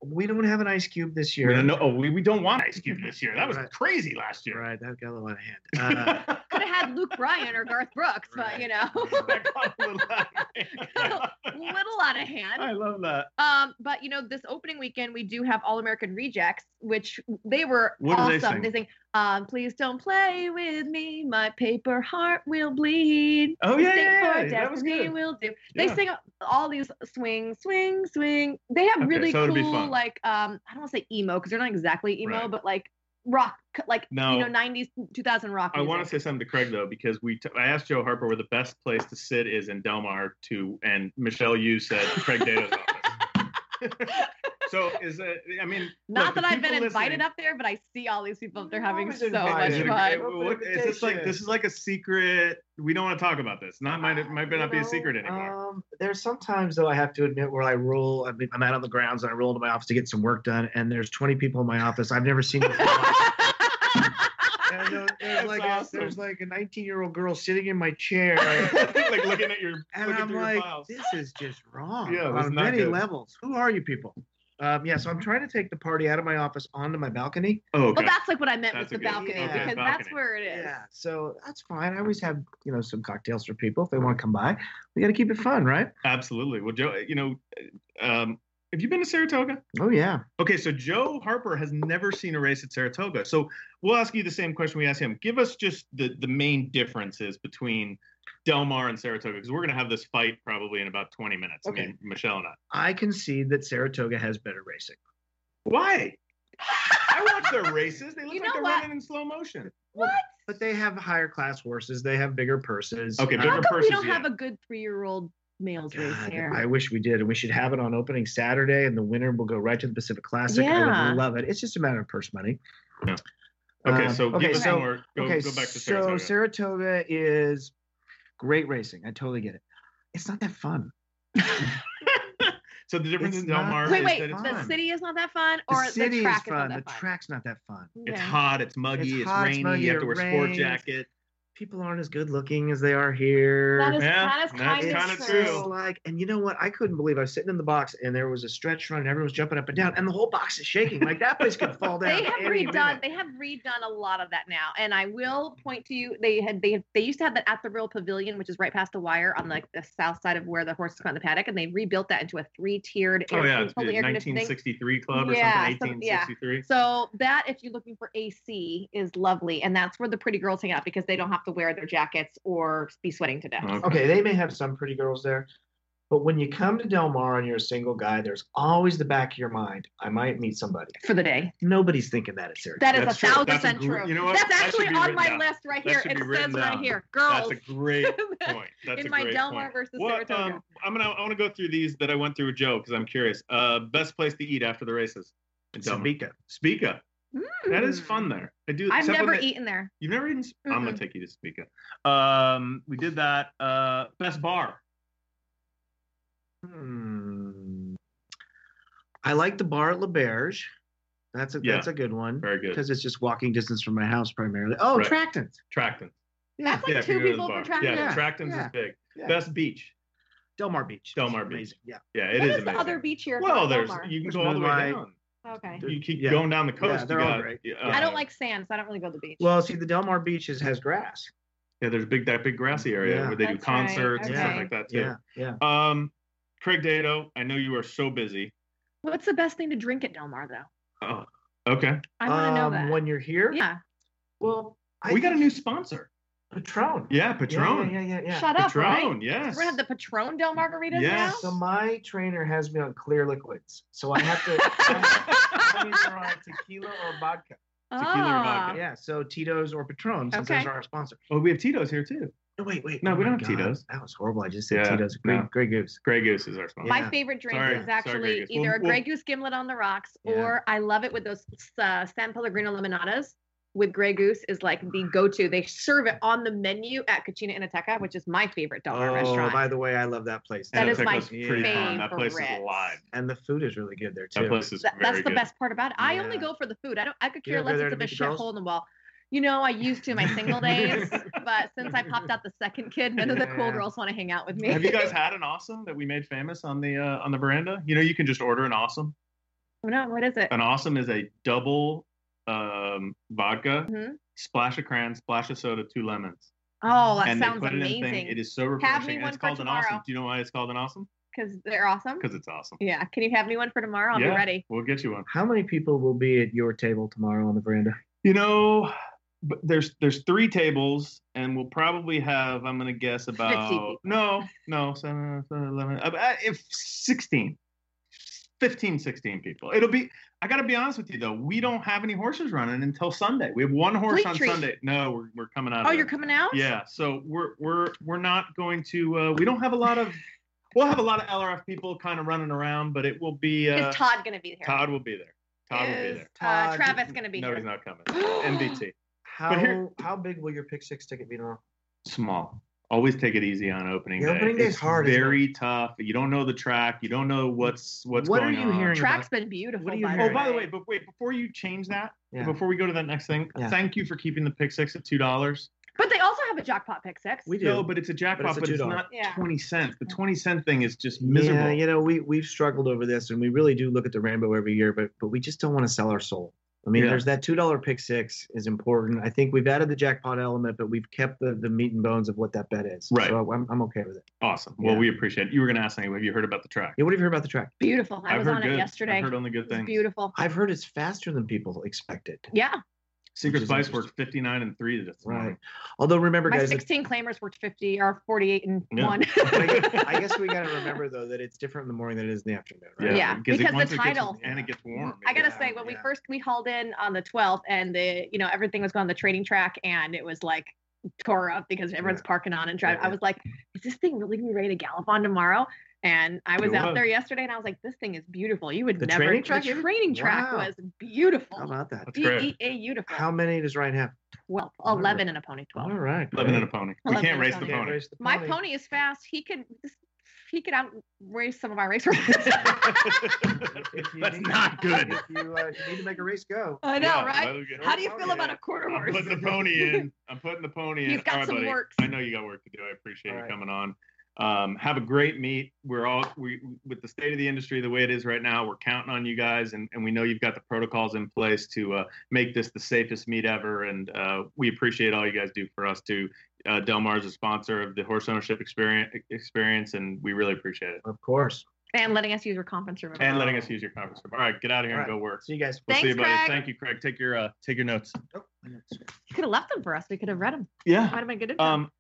E: We don't have an ice cube this
D: we
E: year.
D: don't know. Oh, we, we don't want Ice Cube this year. That was
E: Right.
D: crazy last year.
E: Right. That got a little out of hand. Uh,
G: could have had Luke Bryan or Garth Brooks, but
E: Right.
G: you know,
D: That got a little out of hand.
G: little out of hand.
D: I love that.
G: Um, but you know, this opening weekend we do have All American Rejects, which they were
D: What do
G: awesome.
D: they sing?
G: um, "Please don't play with me, my paper heart will bleed."
D: Oh
G: This
D: yeah,
G: thing
D: yeah,
G: for
D: yeah. that was
G: destiny
D: good.
G: will do. They
D: Yeah.
G: sing all these swing, swing, swing. They have
D: Okay,
G: really
D: so it'll be
G: cool,
D: fun.
G: like um, I don't want to say emo because they're not exactly emo,
D: Right.
G: but like rock, like
D: No.
G: you know, '90s, 2000 rock.
D: I want to
G: music.
D: say something to Craig though, because we t- I asked Joe Harper where the best place to sit is in Delmar to, and Michelle, you said Craig Dato's office. so is it? I mean,
G: Not
D: look, the
G: that I've been
D: people
G: invited
D: listening-
G: up there, but I see all these people up there having
E: was
G: so much
E: invited.
D: It-
G: fun.
E: Open
D: what- Is this like
E: Oh, invitation.
D: this is like a secret? We don't want to talk about this. Not might it might not be a secret anymore.
E: Um, there's sometimes though I have to admit where I roll. I mean, I'm out on the grounds and I roll into my office to get some work done, and there's 20 people in my office I've never seen before. and there- there's
D: That's
E: like
D: awesome.
E: a, there's like a 19 year old girl sitting in my chair,
D: like looking at your
E: and
D: looking
E: I'm
D: through
E: like,
D: your files.
E: this is just wrong
D: Yeah, it was
E: on
D: not
E: many
D: good.
E: levels. Who are you people? Um, yeah, so I'm trying to take the party out of my office onto my balcony.
D: Oh, okay.
G: Well, that's like what I meant
D: That's
G: with
D: a
G: the
D: good-
G: balcony
E: okay,
G: because that's
D: balcony.
G: where it is.
E: Yeah, so that's fine. I always have you know some cocktails for people if they want to come by. We got to keep it fun, right?
D: Absolutely. Well, Joe, you know, um, have you been to Saratoga?
E: Oh yeah.
D: Okay, so Joe Harper has never seen a race at Saratoga. So we'll ask you the same question we asked him. Give us just the the main differences between Del Mar and Saratoga because we're going to have this fight probably in about 20 minutes. I
E: Okay.
D: mean, Michelle and I.
E: I concede that Saratoga has better racing.
D: Why? I watch their races. They look
G: You
D: like
G: know
D: they're
G: what?
D: running in slow motion.
G: What?
E: But they have higher class horses. They have bigger purses.
D: Okay,
G: How
D: bigger
G: come we
D: purses,
G: don't
D: yeah.
G: have a good three-year-old males race
E: God,
G: here?
E: I wish we did, and we should have it on opening Saturday, and the winner will go right to the Pacific Classic. I
G: Yeah.
E: would love it. It's just a matter of purse money.
D: Yeah. Okay,
E: Um,
D: so give us
G: so-
D: more. Go,
E: okay,
D: go back to
E: so
D: Saratoga.
E: Saratoga is Great racing. I totally get it. It's not that fun.
D: So the difference
E: It's
D: in Del
E: not-
D: Mar
G: Wait,
D: is
G: wait.
D: that it's
G: The
E: fun.
G: city is not that fun,
E: The
G: or the,
E: city is fun.
G: track is
E: The
G: not that fun.
E: track's not that fun.
D: it's
G: Yeah.
D: hot, it's muggy,
E: It's
D: it's,
E: hot, it's
D: rainy,
E: muggy,
D: you have to
E: it
D: wear a sport
E: rains.
D: jacket.
E: People aren't as good looking as they are here.
G: That is,
D: Yeah,
G: that is
D: that's
G: kind
D: kinda
G: of
E: It's
G: true.
D: true.
E: just Like, and you know what? I couldn't believe I was sitting in the box and there was a stretch run and everyone was jumping up and down and the whole box is shaking. Like that place could fall down.
G: They have
E: any
G: redone.
E: minute.
G: They have redone a lot of that now, and I will point to you. They had they they used to have that at the Real Pavilion, which is right past the wire on like the south side of where the horses come out of the paddock, and they rebuilt that into a three tiered.
D: Oh yeah, it's the 1963 club or
G: Yeah,
D: something.
G: some- yeah.
D: 1863.
G: So that, if you're looking for AC, is lovely, and that's where the pretty girls hang out because they don't have to wear their jackets or be sweating to death.
D: Okay.
E: Okay, they may have some pretty girls there, but when you come to Del Mar and you're a single guy, there's always the back of your mind, I might meet somebody.
G: For the day,
E: Nobody's thinking that at Syracuse.
G: that is
D: That's
G: a
D: true.
G: thousand
D: That's a
G: percent
D: gr-
G: true.
D: you know what?
G: That's
D: That should
G: actually
D: be
G: on
D: written
G: my
D: down.
G: list right
D: That
G: here.
D: should
G: It
D: be
G: says
D: written
G: right
D: down.
G: here,
D: That's
G: girls.
D: a great point. That's
G: in
D: a
G: my
D: great
G: Del Mar
D: point.
G: versus
D: What,
G: Saratoga.
D: um, I'm gonna I want to go through these that I went through with Joe because I'm curious. Uh, best place to eat after the races. in Del Mar.
E: Sabika.
D: Speaka. That is
G: Mm.
D: fun there. I do.
G: I've
D: except when
G: never
D: they-
G: eaten there.
D: You've never eaten. sp- I'm gonna take you to Speaka. Um, we did that. Uh, best bar.
E: Hmm. I like the bar at La Berge. That's a
D: Yeah.
E: that's a good one
D: Very good.
E: because it's just walking distance from my house primarily. Oh,
D: Right.
E: Tractants.
D: Tractons.
G: That's like
D: if you
G: two
D: go to the
G: people for
D: bar.
G: trying
D: Yeah,
G: to.
E: Yeah.
D: Tractons
E: Yeah.
D: is big.
E: Yeah.
D: Best beach.
E: Del Mar Beach.
D: Del Mar Beach.
E: Amazing. Yeah.
D: Yeah, it
G: What
D: is
G: is the
D: amazing.
G: other beach here?
D: Well,
G: called
D: there's
G: Belmar?
D: you can
E: There's
D: go all the way
E: Moonlight.
D: down.
G: Okay.
E: There's-
D: You keep
E: Yeah.
D: going down the
E: Yeah,
D: coast.
E: they're
D: you
E: all
D: got-
E: great.
D: yeah,
G: I
D: uh,
G: don't like sand, so I don't really go to the beach.
E: Well, see, the Del Mar Beach is, has grass.
D: Yeah, there's big that big grassy area
E: Yeah.
D: where they do
G: That's right,
D: concerts and stuff
G: okay.
D: like that too.
E: Yeah. Yeah.
D: Um, Craig Dato, I know you are so busy.
G: What's the best thing to drink at Del Mar, though?
D: Oh, okay.
G: I want to
D: Um,
G: know that.
E: Um, When you're here,
G: yeah.
E: well, I
D: we got a
E: think
D: new sponsor.
E: Patron.
D: Yeah,
E: Yeah,
D: Patron.
E: Yeah, yeah, yeah. yeah.
G: Shut up,
D: Patron.
G: right?
D: Yes.
G: We're gonna have the Patron Del Margaritas
D: Yes.
E: So my trainer has me on clear liquids, so I have to. I'm
G: now.
E: either on tequila or vodka.
D: Tequila or vodka.
G: Ah.
E: Yeah, so Tito's or Patron, since
G: Okay.
E: those are our sponsor.
D: oh, we have Tito's here too.
E: No, wait, wait. Oh
D: No, we
E: my
D: don't have Tito's.
E: That was horrible. I just said
D: Yeah,
E: Tito's. Great,
D: no.
E: great goose.
D: Grey Goose is our sponsor.
G: My
E: Yeah.
G: favorite drink
D: Sorry.
G: is
D: Sorry, Grey
G: actually
D: Goose.
G: either
D: Well,
G: a Grey
D: well-
G: Goose gimlet on the rocks,
E: Yeah.
G: or I love it with those uh, San Pellegrino lemonadas with Grey Goose is like the go-to. They serve it on the menu at Cucina Inateca, which is my favorite Del Mar
E: Oh,
G: restaurant.
E: by the way, I love that place.
G: That
D: And
G: is
D: that
G: my
D: was pretty fun. That place is
G: favorite.
D: alive.
E: and the food is really good there too.
D: That place is
G: That-
D: very
G: that's the
D: good.
G: best part about it. I only
E: Yeah.
G: go for the food. I don't. I could
E: You
G: care
E: don't go
G: less.
E: there
G: It's
E: to
G: a
E: meet the girls?
G: shithole in the wall. You know, I used to my single days, but since I popped out the second kid, none of the cool
E: Yeah.
G: girls want to hang out with me.
D: Have you guys had an awesome that we made famous on the uh, on the veranda? You know, you can just order an awesome.
G: no, what is it?
D: An awesome is a double um, vodka,
G: Mhm.
D: splash of cran, splash of soda, two lemons.
G: Oh, that
D: and
G: sounds
D: they put it in thing.
G: amazing.
D: It is so refreshing. And
G: one
D: it's
G: for
D: called an
G: tomorrow.
D: awesome. Do you know why it's called an awesome?
G: Because they're awesome.
D: Because it's awesome.
G: Yeah. Can you have me one for tomorrow? I'll
D: Yeah.
G: be ready.
D: We'll get you one.
E: How many people will be at your table tomorrow on the veranda?
D: You know, but there's there's three tables, and we'll probably have. I'm gonna guess about
G: people.
D: no, no, seven, seven, eleven, uh, uh, if 16, 15, 16 people. It'll be. I gotta be honest with you though. We don't have any horses running until Sunday. We have one horse
G: Fleet
D: on
G: Street.
D: Sunday. No, we're we're coming out.
G: Oh,
D: of
G: you're
D: that.
G: coming out?
D: Yeah, so we're we're we're not going to. Uh, we don't have a lot of. We'll have a lot of LRF people kind of running around, but it will be. Uh,
G: Is Todd gonna be here?
D: Todd will be there. Todd will be
G: Is
D: there.
G: uh,
E: Todd-
G: Travis gonna be
D: No,
G: here?
D: he's not coming. MBT.
E: How
D: here-
E: how big will your pick six ticket be tomorrow?
D: small. Always take it easy on opening
E: Yeah,
D: day.
E: opening day's
D: It's
E: hard, isn't
D: Very tough. You don't know the track. You don't know what's what's
E: What are
D: going
E: you
D: on.
E: hearing?
G: Track's been beautiful.
E: What do you
G: by
E: hear?
D: Oh, by the way, but wait, before you change that,
E: Yeah.
D: before we go to that next thing,
E: Yeah.
D: thank you for keeping the pick six at two dollars.
G: But they also have a jackpot pick six.
E: We do.
D: No, but it's a jackpot,
E: a
D: but it's,
E: $2.
D: not
G: Yeah.
D: twenty cents. The twenty cent thing is just miserable.
E: Yeah, you know, we we've struggled over this, and we really do look at the rainbow every year, but but we just don't want to sell our soul. I mean,
D: Yeah.
E: there's that two dollar pick six is important. I think we've added the jackpot element, but we've kept the, the meat and bones of what that bet is.
D: Right.
E: So I'm, I'm okay with it.
D: Awesome. Well,
E: Yeah.
D: we appreciate it. You were gonna ask anyway. Have you heard about the track?
E: Yeah, what have you heard about the track?
G: Beautiful. I
D: I've
G: was
D: heard
G: on
D: good.
G: it yesterday.
D: I've heard only good
G: It was
D: things.
G: beautiful.
E: I've heard it's faster than people expected.
G: Yeah.
E: Which
D: Secret
E: is
D: Spice worked fifty nine and three this
E: Right.
D: morning.
E: Although remember,
G: My
E: guys, it's-
G: 16 claimers worked 50 or 48 and
D: Yeah.
G: one.
E: I I guess we got to remember though that it's different in the morning than it is in the afternoon. Right?
G: Yeah,
D: because,
G: because the
D: once it gets-
G: title-
D: and it gets warm.
G: I gotta
E: Yeah,
G: say, when we
E: yeah.
G: first we hauled in on the 12th, and the you know everything was going on the trading track, and it was like tore up because everyone's
E: Yeah.
G: parking on and driving.
E: Yeah,
G: I was like, is this thing really gonna be ready to gallop on tomorrow? And I was
D: It
G: out
D: was.
G: there yesterday, and I was like, this thing is beautiful. You would
E: The
G: never.
E: training track,
G: the
E: you-
G: training track
E: Wow.
G: was beautiful.
E: How about that?
D: That's
G: D
D: great.
G: E A beautiful.
E: How many does Ryan have?
G: 12, 11 and a pony 12.
H: All right.
D: Living in
H: great.
D: a pony. We
G: Eleven
D: can't race
G: and
D: the
G: a
H: Can't
D: pony.
H: race the
G: My pony is fast. He could he could out race some of my race horses.
H: If you
D: That's
H: need-
D: not good.
H: If you, uh, if you need to make a race go.
G: I know,
D: Yeah,
G: right?
D: let it go.
G: How do you feel about a quarter
D: I'm
G: horse?
D: putting the pony in. I'm putting the pony in.
G: He's got
D: All right,
G: some
D: buddy.
G: works.
D: I know you got work to do. I appreciate
H: All
D: you
H: right.
D: coming on. Um, have a great meet. We're all we with the state of the industry the way it is right now. We're counting on you guys, and, and we know you've got the protocols in place to uh, make this the safest meet ever. And uh, we appreciate all you guys do for us too. Uh, Delmar is a sponsor of the horse ownership experience, experience, and we really appreciate it.
H: Of course.
G: And letting us use your conference room.
D: And letting us use your conference room. All right, get out of here and
H: All
D: go work.
H: See you guys.
D: We'll see you,
G: Thanks,
D: buddy.
G: Craig.
D: Thank you, Craig. Take your uh, take your notes.
G: You could have left them for us. We could have read them.
D: Yeah.
G: Might have been good info.
D: Um,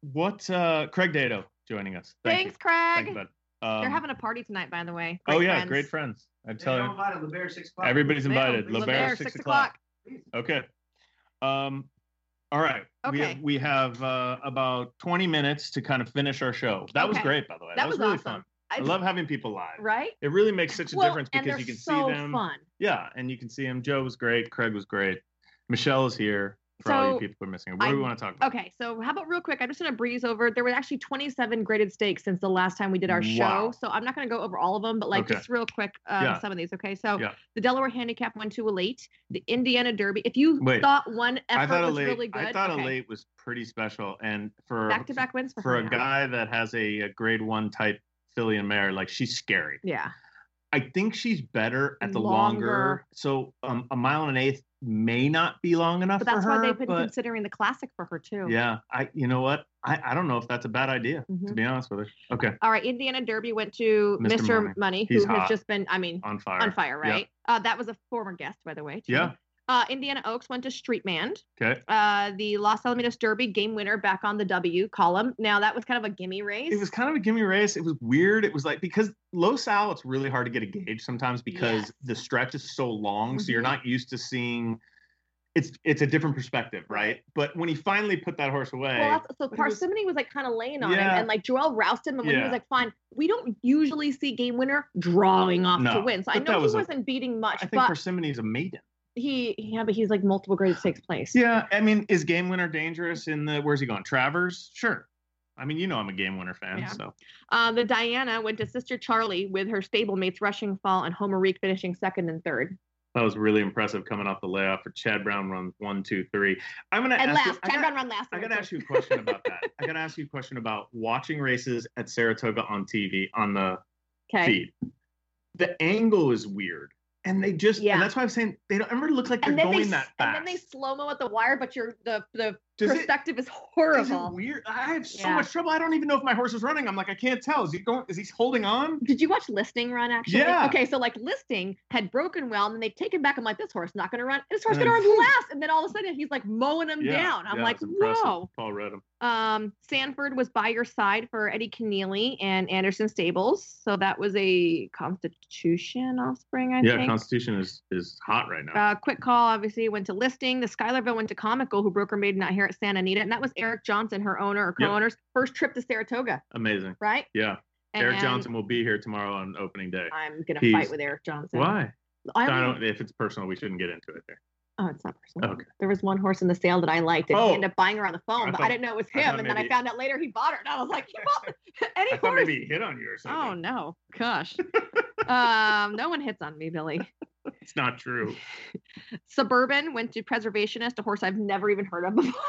D: what? Uh, Craig Dato joining us. Thank
G: Thanks,
D: you.
G: Craig.
D: Thank you, bud. Um,
G: They're having a party tonight, by the way.
D: oh
G: Great
D: yeah,
G: friends.
D: great friends. I'm
H: Tell
D: telling you,
H: her. LeBear, six o'clock.
D: everybody's
G: Boom.
D: invited.
G: La
D: LeBaron,
G: Bear,
D: six, o'clock. Okay. Um, all right. We
G: Okay.
D: have, we have uh, about 20 minutes to kind of finish our show. That was
G: Okay.
D: great, by the way.
G: That was
D: really
G: awesome.
D: fun. I love having people live.
G: right?
D: It really makes such a
G: Well,
D: difference
G: and
D: because you
G: they're
D: can
G: so
D: see them.
G: fun.
D: Yeah, and you can see them. Joe was great. Craig was great. Michelle is here for all you
G: So,
D: people who are missing. What do we
G: I-
D: want to talk about?
G: Okay, so how about real quick? I'm just gonna breeze over. There were actually 27 graded stakes since the last time we did our
D: Wow.
G: show, so I'm not gonna go over all of them, but like
D: Okay.
G: just real quick, um,
D: Yeah.
G: some of these. Okay, so
D: Yeah.
G: the Delaware Handicap went to elite. The Indiana Derby. If you
D: Wait.
G: thought one effort
D: I thought
G: was
D: a late,
G: really good,
D: I thought
G: okay.
D: a late was pretty special, and for
G: back-to-back wins for,
D: for
G: her
D: a
G: now.
D: guy that has a, a grade one type filly and mare, like she's scary.
G: Yeah,
D: I think she's better at the longer.
G: Longer.
D: so um, a mile and an eighth may not be long enough
G: but
D: for
G: that's
D: her.
G: why they've been
D: but
G: considering the classic for her too.
D: yeah, I you know what? I, I don't know if that's a bad idea
G: Mhm.
D: to be honest with her. Okay,
G: All right, Indiana Derby went to
D: Mr.
G: Mr.
D: Money.
G: Money,
D: He's
G: who
D: hot.
G: has just been, I mean,
D: on fire.
G: on fire,
D: Yeah.
G: right? Uh, that was a former guest, by the way. too.
D: Yeah.
G: Uh, Indiana Oaks went to Streetman.
D: Okay.
G: Uh, the Los Alamitos Derby game winner back on the W column. Now that was kind of a gimme race.
D: It was kind of a gimme race. It was weird. It was like because low sal, it's really hard to get a gauge sometimes because
G: Yes.
D: the stretch is so long, so you're
G: Mhm.
D: not used to seeing. It's it's a different perspective, right? But when he finally put that horse away,
G: well, that's, so
D: was-
G: Parsimony was, like kind of laying on him,
D: Yeah.
G: and like Joel roused him, and when he
D: Yeah.
G: was like, "Fine, we don't usually see game winner drawing off
D: No,
G: to win." So I
D: but that
G: know
D: was a-
G: he wasn't beating much,
D: I think
G: but
D: Parsimony is a maiden.
G: he yeah, but he's like multiple grade six place.
D: Yeah, I mean, is game winner dangerous in the? Where's he going? Travers? Sure. I mean, you know, I'm a game winner fan,
G: Yeah.
D: so
G: Uh, the Diana went to Sister Charlie with her stablemates Rushing Fall and Homer Reek finishing second and third.
D: that was really impressive coming off the layoff for Chad Brown runs one, two, three. I'm gonna
G: And
D: ask you-
G: last,
D: I got-
G: Ken Brown ran last.
D: I
G: and
D: gotta
G: went
D: ask you a question about that. I gotta ask you a question about watching races at Saratoga on TV on the
G: third. Okay.
D: feed. The angle is weird, and they just
G: Yeah.
D: and that's why I'm saying they don't ever look like they're
G: and then
D: going
G: they
D: that
G: s-
D: fast.
G: and then they slow mo at the wire, but your the the
D: Does it-
G: perspective is
D: is it
G: horrible.
D: weird? I have so
G: Yeah.
D: much trouble. I don't even know if my horse is running. I'm like, I can't tell. Is he going? Is he holding on?
G: Did you watch Listing run actually?
D: Yeah.
G: Okay, so like Listing had broken well, and then they take him back. I'm like, this horse not gonna run. This horse
D: And
G: gonna
D: then-
G: run last, and then all of a sudden he's like mowing him down. I'm
D: yeah,
G: like,
D: it's impressive.
G: whoa.
D: Paul Redham.
G: Um, Sanford was by your side for Eddie Keneally and Anderson Stables, so that was a Constitution offspring, I
D: yeah,
G: think.
D: Constitution is is hot right now.
G: Uh, quick call, obviously, went to listing. The Skylerville went to Comical, who broke her maiden out here at Santa Anita. And that was Eric Johnson, her owner or
D: Yep.
G: co owner's first trip to Saratoga,
D: Amazing.
G: right?
D: Yeah,
G: And
D: Eric Johnson will be here tomorrow on opening day.
G: I'm going to
D: He's-
G: fight with Eric Johnson.
D: Why?
G: I
D: I
G: don't,
D: don't. If it's personal, we shouldn't get into it. There.
G: oh, it's not personal.
D: Okay.
G: There was one horse in the sale that I liked, and
D: Oh.
G: he ended up buying her on the phone,
D: I
G: but
D: thought-
G: I didn't know it was
D: I
G: him.
D: thought
G: And then I
D: maybe-
G: found out later he bought her, and I was like, you bought any
D: I thought
G: horse?
D: maybe he hit on you or something.
G: Oh, no. Gosh. um, no one hits on me, Billy.
D: It's not true.
G: Suburban went to Preservationist, a horse I've never even heard of before.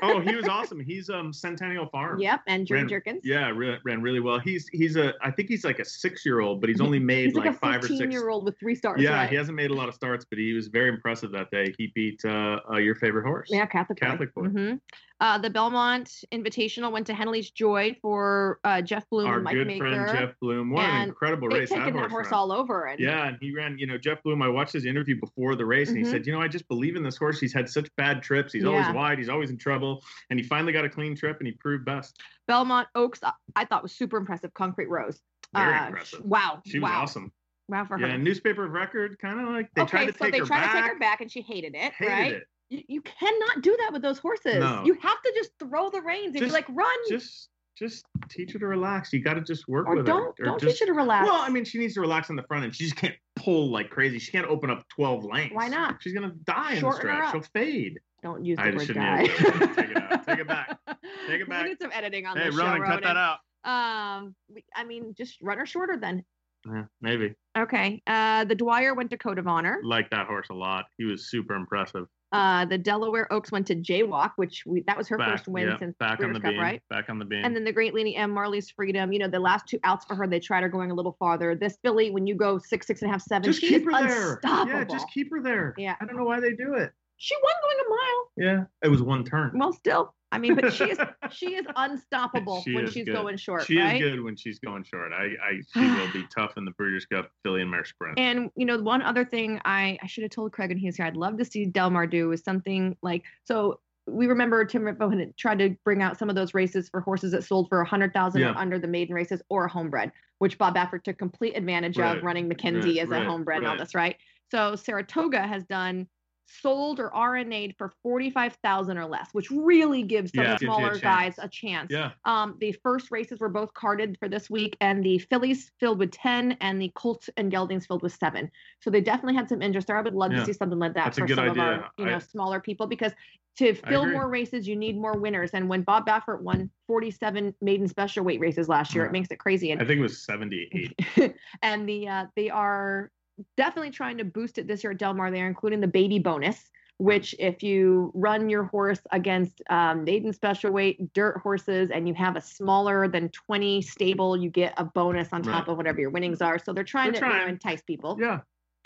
D: Oh, he was awesome. He's um Centennial Farm.
G: yep. And Drew
D: Ran-
G: Jerkins.
D: Yeah, re- ran really well. He's he's a I think he's like a six year old, but he's only made
G: He's
D: like,
G: like, a
D: five or
G: 15
D: six.
G: year old with three stars.
D: Yeah,
G: right?
D: he hasn't made a lot of starts, but he was very impressive that day. He beat uh, uh your favorite horse.
G: Yeah, Catholic. boy.
D: Catholic boy.
G: Mhm. Uh, the Belmont Invitational went to Henley's Joy for uh, Jeff Bloom
D: Our
G: and Mike
D: good
G: Maker.
D: friend Jeff Bloom. What an
G: And
D: incredible
G: They've
D: race
G: taken that
D: horse
G: horse
D: ran.
G: all over. And
D: Yeah, and he ran, you know, Jeff Bloom. I watched his interview before the race, and
G: Mhm.
D: he said, You know, I just believe in this horse. He's had such bad trips. He's always
G: Yeah.
D: wide. He's always in trouble. And he finally got a clean trip, and he proved best.
G: Belmont Oaks, uh, I thought was super impressive. Concrete Rose.
D: Very
G: Uh,
D: impressive.
G: Wow.
D: She was
G: wow.
D: awesome.
G: Wow for her.
D: Yeah, newspaper of record, kind of like they
G: okay,
D: tried to
G: so
D: take
G: they
D: her
G: tried
D: back.
G: to take her back and she hated it,
D: hated
G: right?
D: it.
G: You, you cannot do that with those horses.
D: No.
G: You have to just throw the reins and
D: Just-
G: be like, run
D: Just, just teach her to relax. You got to just work
G: or
D: with
G: don't
D: her.
G: don't
D: just,
G: teach her to relax.
D: Well, I mean, she needs to relax on the front end. She just can't pull like crazy. She can't open up twelve lengths.
G: Why not?
D: She's gonna die in the
G: Shorten her
D: stretch.
G: up.
D: She'll fade.
G: Don't use the
D: I
G: word
D: shouldn't
G: guy.
D: have- take it out. Take it back. Take it
G: We're gonna
D: back.
G: do some editing on
D: Hey,
G: this
D: Ronan,
G: show,
D: cut that
G: Ronan.
D: out.
G: Um, we, I mean, just run her shorter then.
D: Yeah, maybe.
G: Okay. Uh, the Dwyer went to Code of Honor.
D: Like that horse a lot. He was super impressive.
G: Uh, the Delaware Oaks went to Jaywalk, which we, that was her
D: Back,
G: first win
D: yeah,
G: since
D: back on
G: Breeders'
D: the
G: Cup,
D: beam.
G: right?
D: Back on the beam.
G: And then the Great Leaning M, Marley's Freedom. You know, the last two outs for her, they tried her going a little farther. This filly, when you go six, six and a half, seven,
H: Just
G: she is
H: keep her there.
G: unstoppable.
H: Yeah, just keep her there.
G: Yeah.
H: I don't know why they do it.
G: she won going a mile.
D: yeah, it was one turn.
G: Well, still, I mean, but she is she is unstoppable
D: She
G: when
D: is
G: she's
D: good.
G: going short,
D: she
G: right?
D: is good when she's going short. I, I she will be tough in the Breeders' Cup Philly and Mare Sprint.
G: And you know, one other thing I, I should have told Craig when he was here, I'd love to see Delmar do is something like so. We remember Tim Rippo had tried to bring out some of those races for horses that sold for a hundred thousand
D: Yeah.
G: or under the maiden races or a homebred, which Bob Baffert took complete advantage
D: Right,
G: of running McKenzie
D: right,
G: as
D: right,
G: a homebred and all
D: right.
G: this, right? So Saratoga has done sold or RNA'd for forty five thousand or less, which really gives some
D: Yeah, gives you a
G: smaller guys
D: chance.
G: a chance.
D: yeah,
G: Um, the first races were both carded for this week, and the Phillies filled with 10, and the Colts and Geldings filled with seven. So they definitely had some interest there. I would love
D: Yeah.
G: to see something like that
D: That's a
G: for
D: good
G: some of
D: idea.
G: our you know
D: I-
G: smaller people because to fill
D: agree.
G: more races, you need more winners. And when Bob Baffert won 47 maiden special weight races last year,
D: Yeah.
G: it makes it crazy.
D: I
G: And
D: think it was seventy-eight.
G: and the uh, they are definitely trying to boost it this year at Del Mar. They are including the baby bonus, which if you run your horse against um, maiden special weight dirt horses and you have a smaller than 20 stable, you get a bonus on top
D: Right.
G: of whatever your winnings are. So they're trying
D: They're
G: to you know,
D: trying.
G: entice people.
D: Yeah.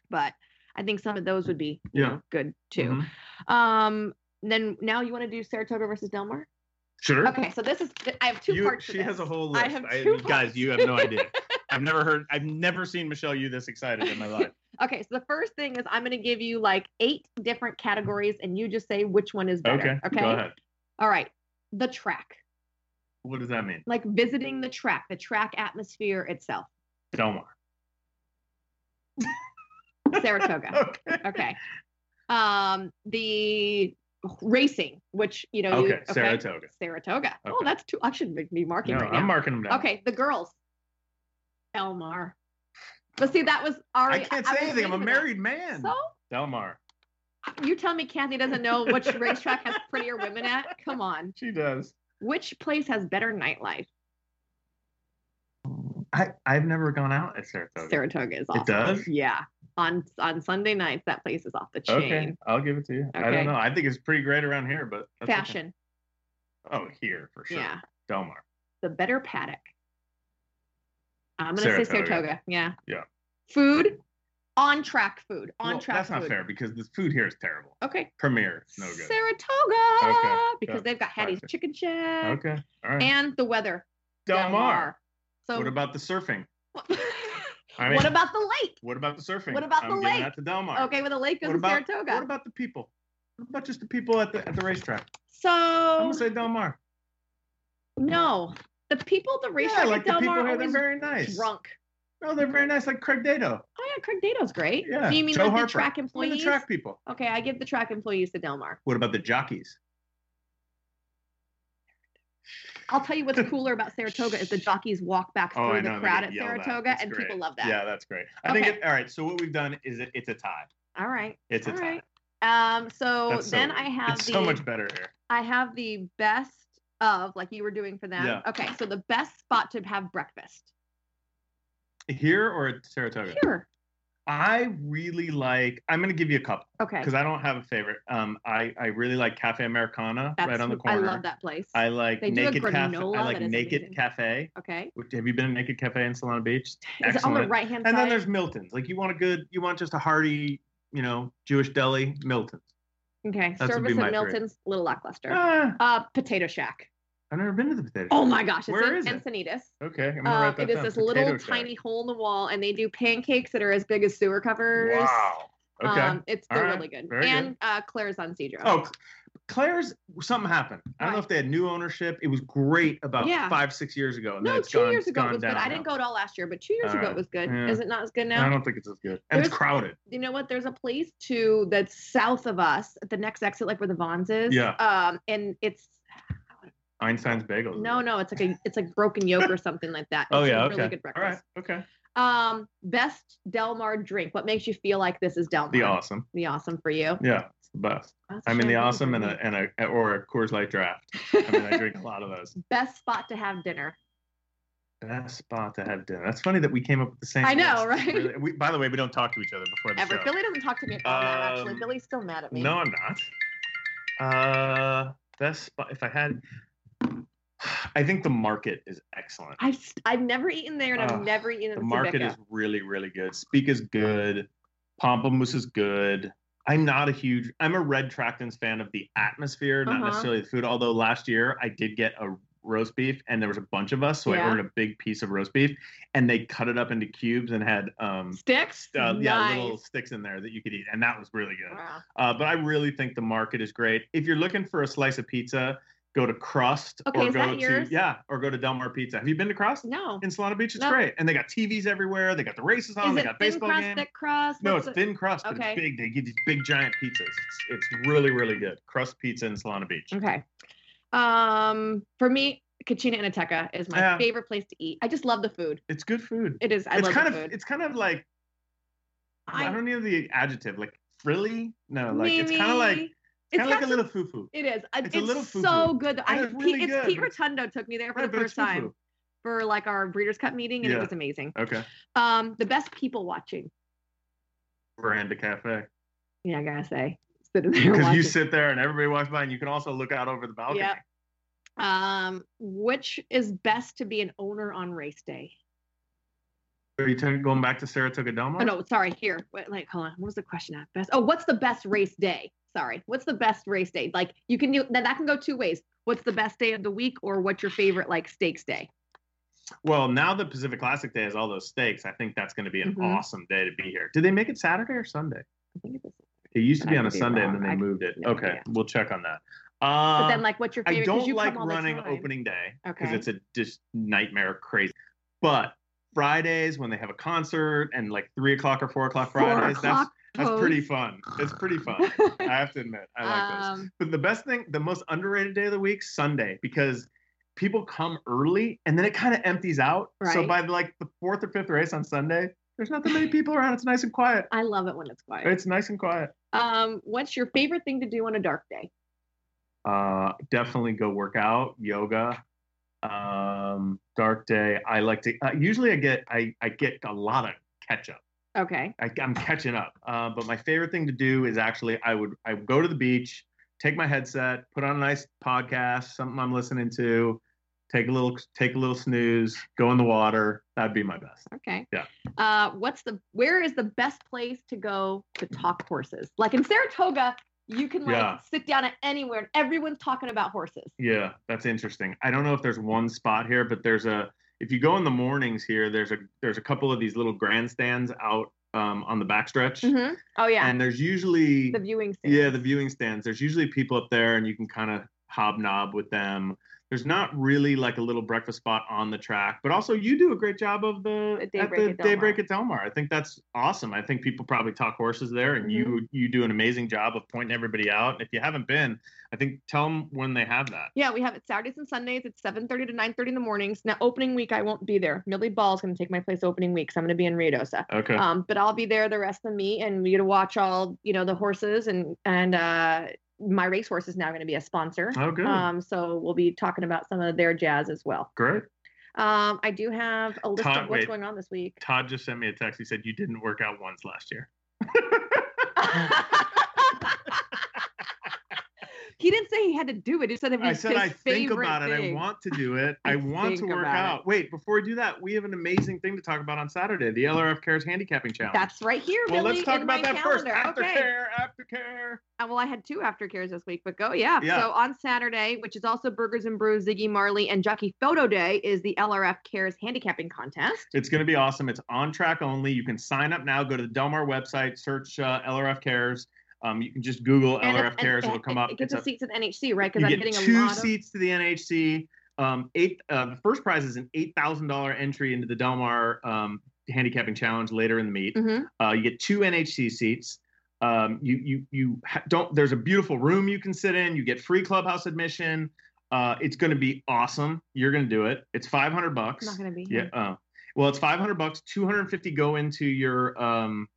G: But I think some of those would be you
D: Yeah.
G: know, good too.
D: Mhm.
G: Um, then now you want to do Saratoga versus Del Mar?
D: Sure.
G: Okay, so this is I have two
D: You-
G: parts. to
D: She
G: this.
D: has a whole list.
G: I have two
D: guys,
G: parts.
D: you have no idea. I've never heard. I've never seen Michelle you this excited in my life.
G: Okay, so the first thing is I'm going to give you like eight different categories, and you just say which one is better. Okay.
D: Go ahead.
G: All right. The track,
D: What does that mean?
G: like visiting the track, the track atmosphere itself.
D: Delmar.
G: Saratoga.
D: Okay.
G: okay. Um, the racing, which you know. You,
D: Okay, Saratoga.
G: Saratoga. Oh,
D: Okay.
G: that's too. I shouldn't be marking
D: No,
G: right
D: I'm
G: now.
D: marking them down.
G: okay, the girls. Elmar. But see, that was
H: I
G: already.
H: can't
G: was
H: say anything. I'm a
G: thinking about-
H: married man.
G: So
D: Delmar.
G: you tell me Kathy doesn't know which racetrack has prettier women at? Come on.
D: She does.
G: Which place has better nightlife?
D: I, I've never gone out at Saratoga.
G: Saratoga is awesome.
D: Oh, does?
G: Yeah. On on Sunday nights, that place is off the chain.
D: Okay, I'll give it to you. I
G: Okay.
D: don't know. I think it's pretty great around here, but that's okay.
G: Fashion.
D: Oh, here for sure.
G: Yeah.
D: Delmar.
G: The better paddock. I'm gonna say
D: Saratoga.
G: Saratoga. Yeah.
D: Yeah.
G: Food. On track food. On
D: Well,
G: track
D: That's not
G: food.
D: fair because the food here is terrible.
G: Okay.
D: Premier, no good.
G: Saratoga.
D: Okay.
G: Because
D: Gotcha.
G: they've got Hattie's
D: Gotcha.
G: Chicken Shack
D: okay. All right.
G: and the weather.
D: Delmar.
G: Delmar. So
D: What about the surfing? I mean,
G: what about the lake?
D: what about the surfing?
G: What about
D: I'm
G: the
D: giving
G: lake?
D: That to Delmar.
G: Okay, well the lake goes
D: What
G: to
D: about-
G: Saratoga.
D: What about the people? What about just the people at the at the racetrack? I'm
G: so
D: gonna say Delmar.
G: no, the people at the
D: Yeah,
G: racetrack
D: like
G: at
D: the people
G: Delmar
D: here,
G: are
D: they're
G: always
D: very nice.
G: drunk.
D: No, they're very nice, like Craig Dado.
G: Oh yeah, Craig Dato's great.
D: Yeah.
G: Do you mean
D: Joe
G: like
D: Harper.
G: the track
D: Look at
G: employees?
D: the track people.
G: Okay, I give the track employees to Delmar.
D: What about the jockeys?
G: I'll tell you what's cooler about Saratoga is the jockeys walk back through
D: Oh, I
G: the
D: know. they
G: crowd
D: get
G: at
D: yelled at.
G: Saratoga,
D: That's
G: and
D: great.
G: people love that.
D: Yeah, that's great. I think
G: Okay.
D: it, all right. So what we've done is it, it's a tie.
G: All right.
D: It's a
G: All
D: tie.
G: right. Um. So
D: That's so
G: then
D: weird.
G: I have
D: it's
G: the
D: so much better here.
G: I have the best of like you were doing for them.
D: Yeah.
G: Okay. So the best spot to have breakfast
D: Here or at Saratoga?
G: here.
D: I really like. I'm gonna give you a couple
G: Okay.
D: because I don't have a favorite. Um, I I really like Cafe Americana
G: That's
D: right on the
G: I
D: corner.
G: love that place.
D: I like
G: They do a
D: Naked Cafe.
G: granola
D: I like
G: that is
D: Naked
G: amazing.
D: Cafe.
G: okay.
D: Which- Have you been to Naked Cafe in Solana Beach? It's
G: Is it on the
D: excellent.
G: right hand side?
D: And then there's Milton's. Like you want a good, you want just a hearty, you know, Jewish deli, Milton's.
G: okay.
D: would
G: Service
D: be my
G: at
D: three.
G: Milton's, little lackluster.
D: Ah,
G: uh, Potato Shack.
D: I've never been to the potato.
G: Oh my gosh, it's
D: Where
G: in
D: is it?
G: Encinitas.
D: Okay, I'm gonna
G: Uh,
D: write that
G: it is
D: down.
G: this
D: Potato
G: little
D: Shack.
G: tiny hole in the wall, and they do pancakes that are as big as sewer covers.
D: Wow. Okay.
G: Um, it's
D: All
G: they're
D: right.
G: really good.
D: Very good.
G: and Uh, Claire's on Cedro.
D: oh, Claire's something happened. I don't know
G: Right.
D: if they had new ownership. It was great about
G: Yeah.
D: five, six years ago, and
G: no,
D: then it's
G: two
D: gone.
G: years
D: it's
G: ago
D: gone
G: it was good. I didn't
D: downhill.
G: go to all last year, but two years
D: All
G: ago
D: right.
G: it was good.
D: Yeah.
G: Is it not as good
D: I
G: now?
D: don't think it's as good, and it's
G: There's-
D: crowded.
G: You know what? There's a place too that's south of us, at the next exit, like where the Vons is.
D: Yeah.
G: Um, and it's
D: Einstein's Bagels.
G: no, no, it's like a it's like broken yolk or something like that.
D: Oh
G: It's
D: yeah.
G: a
D: Okay.
G: Really good
D: All right.
G: breakfast.
D: Okay.
G: Um, best Del Mar drink. What makes you feel like this is Del Mar?
D: The awesome.
G: The awesome for you.
D: Yeah. the best. I'm in the awesome and a and a or a Coors Light draft. I mean, I drink a lot of those.
G: Best spot to have dinner.
D: Best spot to have dinner. That's funny that we came up with the same.
G: I know,
D: list.
G: right?
D: Really- We, by the way, we don't talk to each other before the
G: Ever.
D: show.
G: Billy doesn't talk to me about that. Actually,
D: Um,
G: Billy's still mad at me.
D: No, I'm not. Uh, best spot. If I had, I think the market is excellent.
G: I've st- I've never eaten there, and I've
D: Ugh,
G: never eaten at
D: Ah, the market
G: Tribeca.
D: is really really good speak is good pompomoose is good i'm not a huge i'm a red tractans fan of the atmosphere not
G: Uh-huh.
D: necessarily the food although last year i did get a roast beef and there was a bunch of us so i
G: Yeah.
D: ordered a big piece of roast beef and they cut it up into cubes and had um
G: sticks.
D: uh,
G: nice.
D: yeah little sticks in there that you could eat and that was really good
G: Wow.
D: uh, but i really think the market is great if you're looking for a slice of pizza go to crust
G: Okay,
D: or
G: is
D: go
G: that
D: to
G: yours?
D: yeah or go to delmar pizza have you been to crust
G: No.
D: in Solana Beach. It's
G: No.
D: great. And they got TVs everywhere. They got the races on.
G: Is
D: they
G: it
D: got
G: thin
D: baseball
G: crust,
D: games.
G: thick crust?
D: no,
G: What's
D: it's
G: the-
D: thin crust, but
G: Okay.
D: it's big. They give these big giant pizzas. It's, it's really, really good. Crust pizza in Solana Beach.
G: Okay. Um, for me, Kachina Inateca is my
D: Yeah.
G: favorite place to eat. I just love the food.
D: It's good food.
G: It is. I
D: it's
G: love
D: kind
G: the
D: of
G: food.
D: it's kind of like I,
G: I-
D: don't know the adjective. Like frilly? No, like it's kind of like
G: Maybe. It's
D: kind of like
G: got
D: a little foo foo.
G: It is. I-
D: It's
G: It's,
D: a little
G: so
D: fufu.
G: good. I,
D: it's
G: it's,
D: really
G: Pete,
D: good.
G: it's Pete Rotundo took me there for the first time for like our Breeders' Cup meeting, and
D: Yeah.
G: it was amazing.
D: Okay.
G: Um, the best people watching.
D: Veranda Cafe.
G: Yeah, I gotta say, sit in there
D: Because
G: watching.
D: you sit there and everybody walks by and you can also look out over the balcony.
G: Yep. um, which is best to be an owner on race day?
D: Are you talking going back to Saratoga Delmar?
G: Oh no, sorry. Here, Wait, like, hold on. What was the question? At best? Oh, what's the best race day? Sorry, what's the best race day? Like, you can do that. That can go two ways. What's the best day of the week, or what's your favorite like stakes day?
D: Well, now that Pacific Classic Day has all those stakes, I think that's going to be an
G: Mhm.
D: awesome day to be here. Did they make it Saturday or Sunday?
G: I think it's.
D: It used to
G: I
D: be on
G: could
D: a
G: be
D: Sunday and
G: wrong.
D: then they
G: I-
D: moved it.
G: yeah,
D: okay,
G: yeah.
D: we'll check on that.
G: But
D: Uh,
G: then, like, what's your favorite?
D: I
G: 'cause
D: don't
G: you
D: like
G: come all the
D: running
G: time.
D: opening day because
G: Okay.
D: it's a just nightmare crazy. But Fridays when they have a concert and like three o'clock or four o'clock
G: Four
D: Fridays, that's
G: o'clock
D: that's pretty
G: post.
D: fun. It's pretty fun. I have to admit, I like those.
G: Um,
D: But the best thing, the most underrated day of the week, Sunday, because people come early and then it kind of empties out. So
G: Right.
D: by like the fourth or fifth race on Sunday, there's not that many people around. It's nice and quiet.
G: I love it when it's quiet.
D: It's nice and quiet.
G: Um, what's your favorite thing to do on a dark day?
D: Uh, definitely go work out, yoga. Um, dark day. I like to. Uh, usually, I get I I get a lot of catch up.
G: Okay.
D: I, I'm catching up. Uh, but my favorite thing to do is actually I would I would go to the beach, take my headset, put on a nice podcast, something I'm listening to, take a little take a little snooze, go in the water. That'd be my best.
G: Okay.
D: Yeah.
G: Uh, what's the where is the best place to go to talk horses? Like in Saratoga, you can like
D: Yeah.
G: sit down at anywhere and everyone's talking about horses.
D: Yeah, that's interesting. I don't know if there's one spot here, but there's a if you go in the mornings here, there's a there's a couple of these little grandstands out um, on the backstretch,
G: Mhm. Oh yeah.
D: and there's usually
G: the viewing stand.
D: Yeah, the viewing stands. There's usually people up there, and you can kind of hobnob with them. There's not really like a little breakfast spot on the track, but also you do a great job of the,
G: The
D: at
G: Daybreak
D: the
G: at Del
D: daybreak
G: Mar.
D: at Del Mar. I think that's awesome. I think people probably talk horses there, and
G: Mm-hmm.
D: you you do an amazing job of pointing everybody out. If you haven't been, I think tell them when they have that.
G: Yeah, we have it Saturdays and Sundays. It's 7:30 to 9:30 in the mornings. Now opening week I won't be there. Millie Ball's going to take my place opening week, so I'm going to be in Rio Dosa.
D: Okay.
G: um, but I'll be there the rest of me, and we get to watch all you know the horses and and uh, my racehorse is now going to be a sponsor.
D: oh, good.
G: Um, so we'll be talking about some of their jazz as well.
D: Great.
G: Um, I do have a list
D: Todd,
G: of what's
D: wait.
G: going on this week.
D: Todd just sent me a text. He said you didn't work out once last year.
G: he didn't say he had to do it. He said it was
D: I said
G: his
D: I think
G: favorite
D: about it. I
G: thing."
D: want to do it. I,
G: I
D: want to
G: think
D: work
G: about
D: out. Wait, before we do that, we have an amazing thing to talk about on Saturday: the LRF Cares Handicapping Challenge.
G: That's right here.
D: well,
G: Billy,
D: let's talk
G: in my
D: about that
G: calendar.
D: first.
G: Okay.
D: Aftercare, aftercare.
G: Uh, well, I had two aftercares this week, but go, yeah.
D: Yeah.
G: So on Saturday, which is also Burgers and Brews, Ziggy Marley, and Jockey Photo Day, is the LRF Cares Handicapping Contest.
D: It's going to be awesome. It's on track only. You can sign up now. Go to the Delmar website, search uh, LRF Cares. Um, you can just Google
G: And
D: LRF
G: it's-
D: Cares. It'll
G: and- and
D: come up.
G: It gets
D: It's a
G: us seats at NHC,
D: You
G: right? Because I'm
D: get
G: getting
D: two
G: a lot of.
D: seats to the NHC. Um, eight. Uh, the first prize is an eight thousand dollar entry into the Delmar um, handicapping challenge later in the meet.
G: Mhm.
D: Uh, you get two NHC seats. Um, you you you ha- don't. There's a beautiful room you can sit in. You get free clubhouse admission. Uh, it's going to be awesome. You're going to do it. It's five hundred bucks.
G: I'm not gonna be
D: yeah.
G: here.
D: Uh, well, it's five hundred bucks. Two hundred fifty go into your um,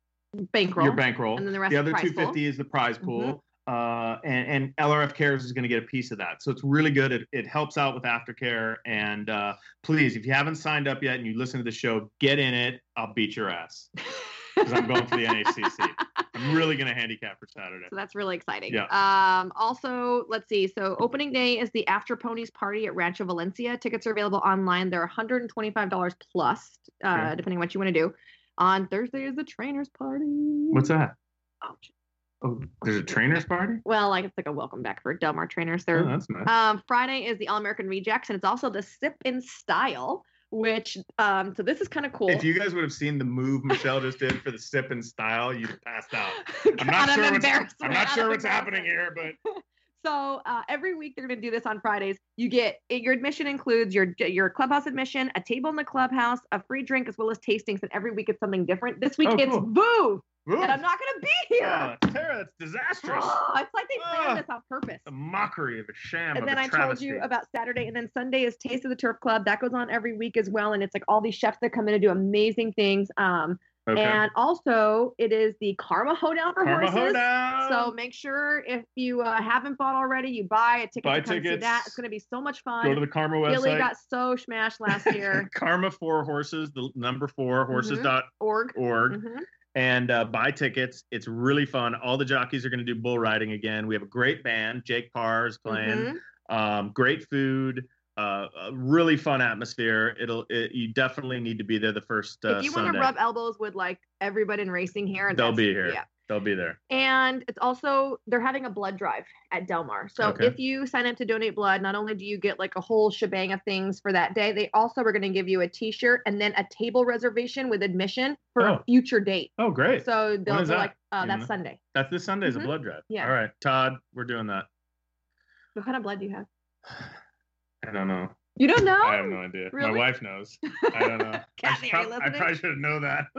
G: Bankroll.
D: your bankroll.
G: And then the rest
D: the
G: is
D: other
G: prize
D: two
G: pool. Mm-hmm.
D: fifty is the prize pool. uh, and, and LRF Cares is going to get a piece of that. So it's really good. It, it helps out with aftercare. And uh, please, if you haven't signed up yet and you listen to the show, get in it. I'll beat your ass because I'm going for the NACC. I'm really going to handicap for Saturday.
G: So that's really exciting.
D: Yeah.
G: Um, also, let's see. So opening day is the After Ponies party at Rancho Valencia. Tickets are available online. They're $125 plus, uh,
D: Okay.
G: depending on what you want to do. On Thursday is the trainers party.
D: What's that?
G: Oh,
D: Oh, there's a trainer's party?
G: well, like it's like a welcome back for Delmar trainers. They're
D: Oh, that's nice.
G: Um, Friday is the All American Rejects, and it's also the Sip in Style, which um, so this is kind of cool.
D: If you guys would have seen the move Michelle just did for the sip and style, you'd passed out. I'm not
G: God,
D: sure what's-
G: embarrassed.
D: I'm not
G: God,
D: sure what's
G: embarrassed.
D: happening here, but
G: So uh, every week they're going to do this on Fridays. You get your admission includes your your clubhouse admission, a table in the clubhouse, a free drink, as well as tastings. And every week it's something different. This week
D: Oh,
G: it's
D: cool.
G: Boo,
D: Ooh,
G: and I'm not going to be here.
D: oh, Tara, that's disastrous.
G: Oh, it's like they planned
D: Ah.
G: this on purpose.
D: A mockery of a sham.
G: and
D: of
G: then
D: a
G: I told
D: travesty.
G: you about Saturday, and then Sunday is Taste of the Turf Club. That goes on every week as well, and it's like all these chefs that come in and do amazing things. Um,
D: Okay.
G: and also it is the Karma Hoedown for
D: Karma
G: horses.
D: Hoedown.
G: So make sure if you uh, haven't bought already, you buy a ticket
D: Buy
G: to come see
D: tickets.
G: that. It's going to be so much
D: go to
G: fun.
D: the Karma website.
G: Billy got so smashed last year.
D: Karma for horses, the number four
G: Mm-hmm.
D: horses dot
G: Org.
D: org,
G: Mhm.
D: and uh, buy tickets. It's really fun. All the jockeys are going to do bull riding again. We have a great band. Jake Parr is playing.
G: Mhm.
D: um, great food uh, a really fun atmosphere it'll it, you definitely need to be there the first uh,
G: if you want
D: sunday
G: to rub elbows with like everybody in racing here,
D: They'll
G: that's-
D: be here.
G: Yeah.
D: they'll be there
G: And it's also they're having a blood drive at Delmar. So
D: Okay.
G: if you sign up to donate blood, not only do you get like a whole shebang of things for that day, they also are going to give you a T-shirt and then a table reservation with admission for
D: Oh.
G: a future date.
D: oh great
G: So they'll
D: is
G: be
D: that?
G: like, uh,
D: You
G: that's
D: know?
G: Sunday.
D: that's this sunday's
G: Mhm.
D: a blood drive
G: Yeah.
D: all right todd we're doing that
G: What kind of blood do you have?
D: i don't know
G: You don't know?
D: i have no idea
G: Oh, really?
D: my wife knows i don't know I,
G: Kathy, are
D: prob-
G: you
D: I
G: listening?
D: probably should know that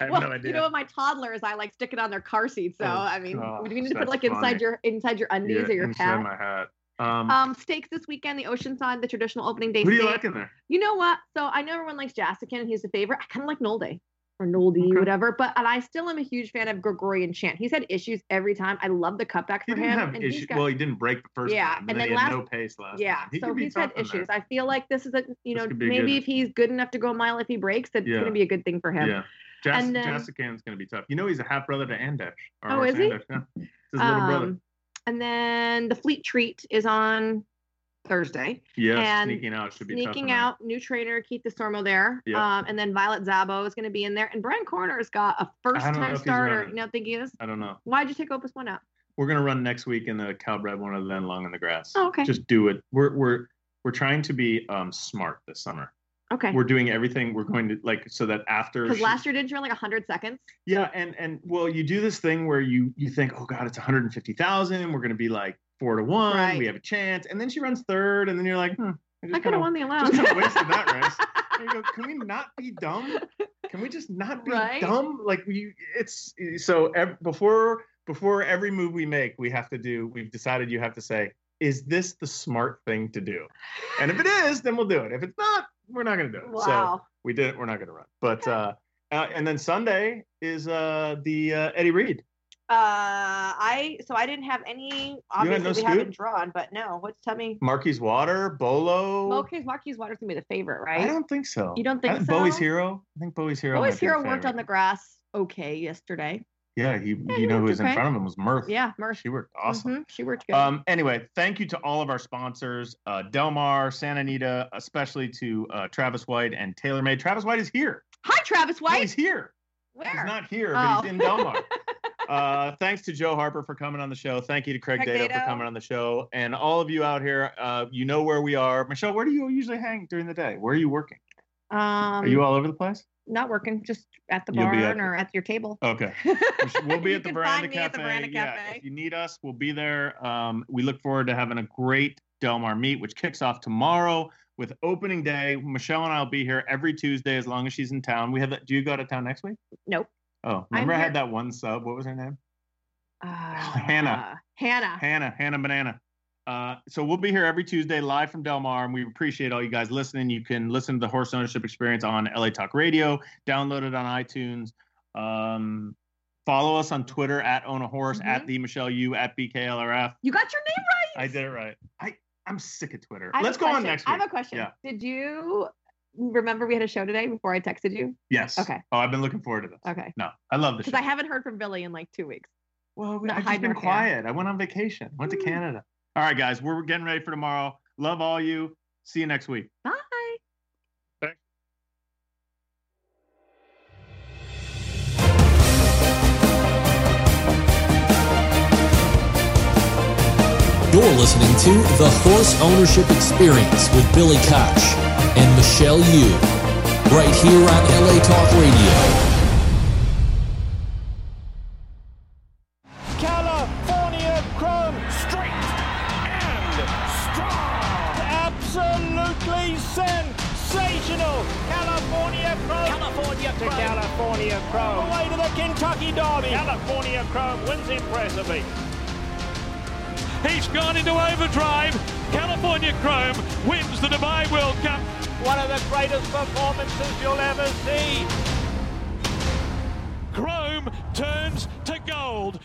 D: I have
G: well,
D: no
G: You
D: idea.
G: know, with my toddlers, I like stick it on their car seat. So
D: Oh,
G: I mean,
D: gosh,
G: do you need to put
D: that's
G: like
D: funny.
G: inside your inside your undies or your
D: inside
G: hat?
D: my hat um,
G: Um, steaks this weekend, the Oceanside, the traditional opening day.
D: who do you
G: steak.
D: like in there
G: You know what? So I know everyone likes Jassican and he's a favorite. I kind of like Nolde or Nolde,
D: Okay.
G: whatever. But and I still am a huge fan of Gregorian Chant. He's had issues every time. I love the cutback
D: he
G: for
D: didn't
G: him.
D: have
G: and he's
D: issues
G: got-
D: well he didn't break the first
G: Yeah,
D: time
G: and
D: then
G: then
D: he
G: last-
D: had no pace last
G: yeah,
D: time. He
G: so
D: could be
G: he's had
D: tough in there.
G: issues. I feel like this is a you
D: This
G: know
D: could be a
G: maybe
D: good-
G: if he's good enough to go a mile if he breaks, it's
D: Yeah.
G: gonna be a good thing for him.
D: Yeah. Jas-
G: And then-
D: Jassican's going to be tough. You know, he's a half brother to Andesh. or
G: Oh,
D: Horace
G: is he?
D: Andesh, Yeah. It's his little brother.
G: Um, and then the Fleet Treat is on Thursday.
D: Yeah,
G: and
D: sneaking out should be tough.
G: Sneaking
D: in there.
G: out, new trainer Keith DeSormo there.
D: Yeah.
G: Um, and then Violet Zabo is going to be in there. And Brian Corner's got a first
D: know if
G: time
D: he's
G: starter.
D: running.
G: You know, thinking this,
D: I don't know.
G: why'd you take Opus 1 out?
D: We're going to run next week in the Calbred one other than Long in the Grass.
G: Oh, okay.
D: Just do it. We're, we're, we're trying to be um, smart this summer.
G: Okay.
D: We're doing everything we're going to like so that after
G: Because
D: she-
G: last year didn't you run like 100 seconds?
D: Yeah, and and well, you do this thing where you you think, oh god, it's 150,000. We're gonna be like four to one.
G: Right.
D: We have a chance, and then she runs third, and then you're like, hmm, just
G: I could
D: kinda-
G: have won the allowance.
D: Just kind of wasted that race. And you go, Can we not be dumb? Can we just not be
G: Right?
D: dumb? Like we, it's so ev- before before every move we make, we have to do. We've decided you have to say, is this the smart thing to do? And if it is, then we'll do it. If it's not, we're not gonna do it. So
G: wow.
D: we didn't. We're not gonna run. But uh, uh, and then Sunday is uh the uh, Eddie Reed.
G: Uh, I so I didn't have any. Obviously,
D: no
G: we
D: scoop?
G: haven't drawn, but no. What's tell me?
D: Marquis Water, Bolo.
G: Mokes Water's gonna be the favorite,
D: I
G: right?
D: don't think so.
G: You don't think
D: I Bowie's
G: so?
D: Hero. I think Bowie's Hero.
G: Always
D: might be the
G: Hero worked
D: favorite.
G: on the grass okay yesterday.
D: Yeah, he,
G: he
D: you know who
G: looked
D: was
G: okay.
D: in front of him was Murph.
G: Yeah, Mersh.
D: She worked awesome.
G: Mhm, She worked good.
D: Um, anyway, thank you to all of our sponsors, uh, Delmar, Santa Anita, especially to uh, Travis White and TaylorMade. Travis White is here.
G: Hi, Travis
D: No,
G: White.
D: he's here.
G: Where?
D: He's not here, but
G: Oh.
D: he's in Delmar. uh, thanks to Joe Harper for coming on the show. Thank you to Craig,
G: Craig
D: Dado,
G: Dado.
D: for coming on the show. And all of you out here, uh, you know where we are. Michelle, where do you usually hang during the day? Where are you working?
G: Um,
D: are you all over the place?
G: not working, just at the
D: You'll be
G: barn
D: at-
G: or at your table.
D: Okay. We'll be
G: You
D: at the
G: can
D: Veranda
G: find me
D: Cafe.
G: at the Veranda
D: yeah,
G: Cafe.
D: if you need us, we'll be there. Um, we look forward to having a great Delmar meet, which kicks off tomorrow with opening day. Michelle and I will be here every Tuesday as long as she's in town. We have that. Do you go out of town next week?
G: Nope.
D: Oh, remember I
G: here-
D: had that one sub. What was her name?
G: Uh,
D: Hannah.
G: Hannah.
D: Hannah. Hannah Banana. Uh, so we'll be here every Tuesday live from Del Mar, and we appreciate all you guys listening. You can listen to the Horse Ownership Experience on LA Talk Radio, download it on iTunes. Um, Follow us on Twitter at Own a Horse, at the Michelle U, at BKLRF.
G: You got your name right.
D: I did it right. I, I'm sick of Twitter.
G: I have a
D: Let's go on
G: question.
D: next
G: I
D: week.
G: have a question.
D: Yeah.
G: Did you remember we had a show today before I texted you?
D: Yes.
G: Okay.
D: Oh, I've been looking forward to this.
G: Okay.
D: No, I love this.
G: Because I haven't heard from Billy in like two weeks.
D: Well, we,
G: Not
D: I've just
G: hiding
D: been
G: our hair.
D: quiet. I went on vacation. Went to
G: Mm.
D: Canada. All right, guys, we're getting ready for tomorrow. Love all you. See you next week.
G: Bye.
B: You're listening to The Horse Ownership Experience with Billy Koch and Michelle Yu, right here on LA Talk Radio.
C: California Chrome straight and strong. Absolutely sensational. California Chrome. California to California Chrome. All the way to the Kentucky Derby. California Chrome wins impressively. He's gone into overdrive. California Chrome wins the Dubai World Cup. One of the greatest performances you'll ever see. Chrome turns to gold.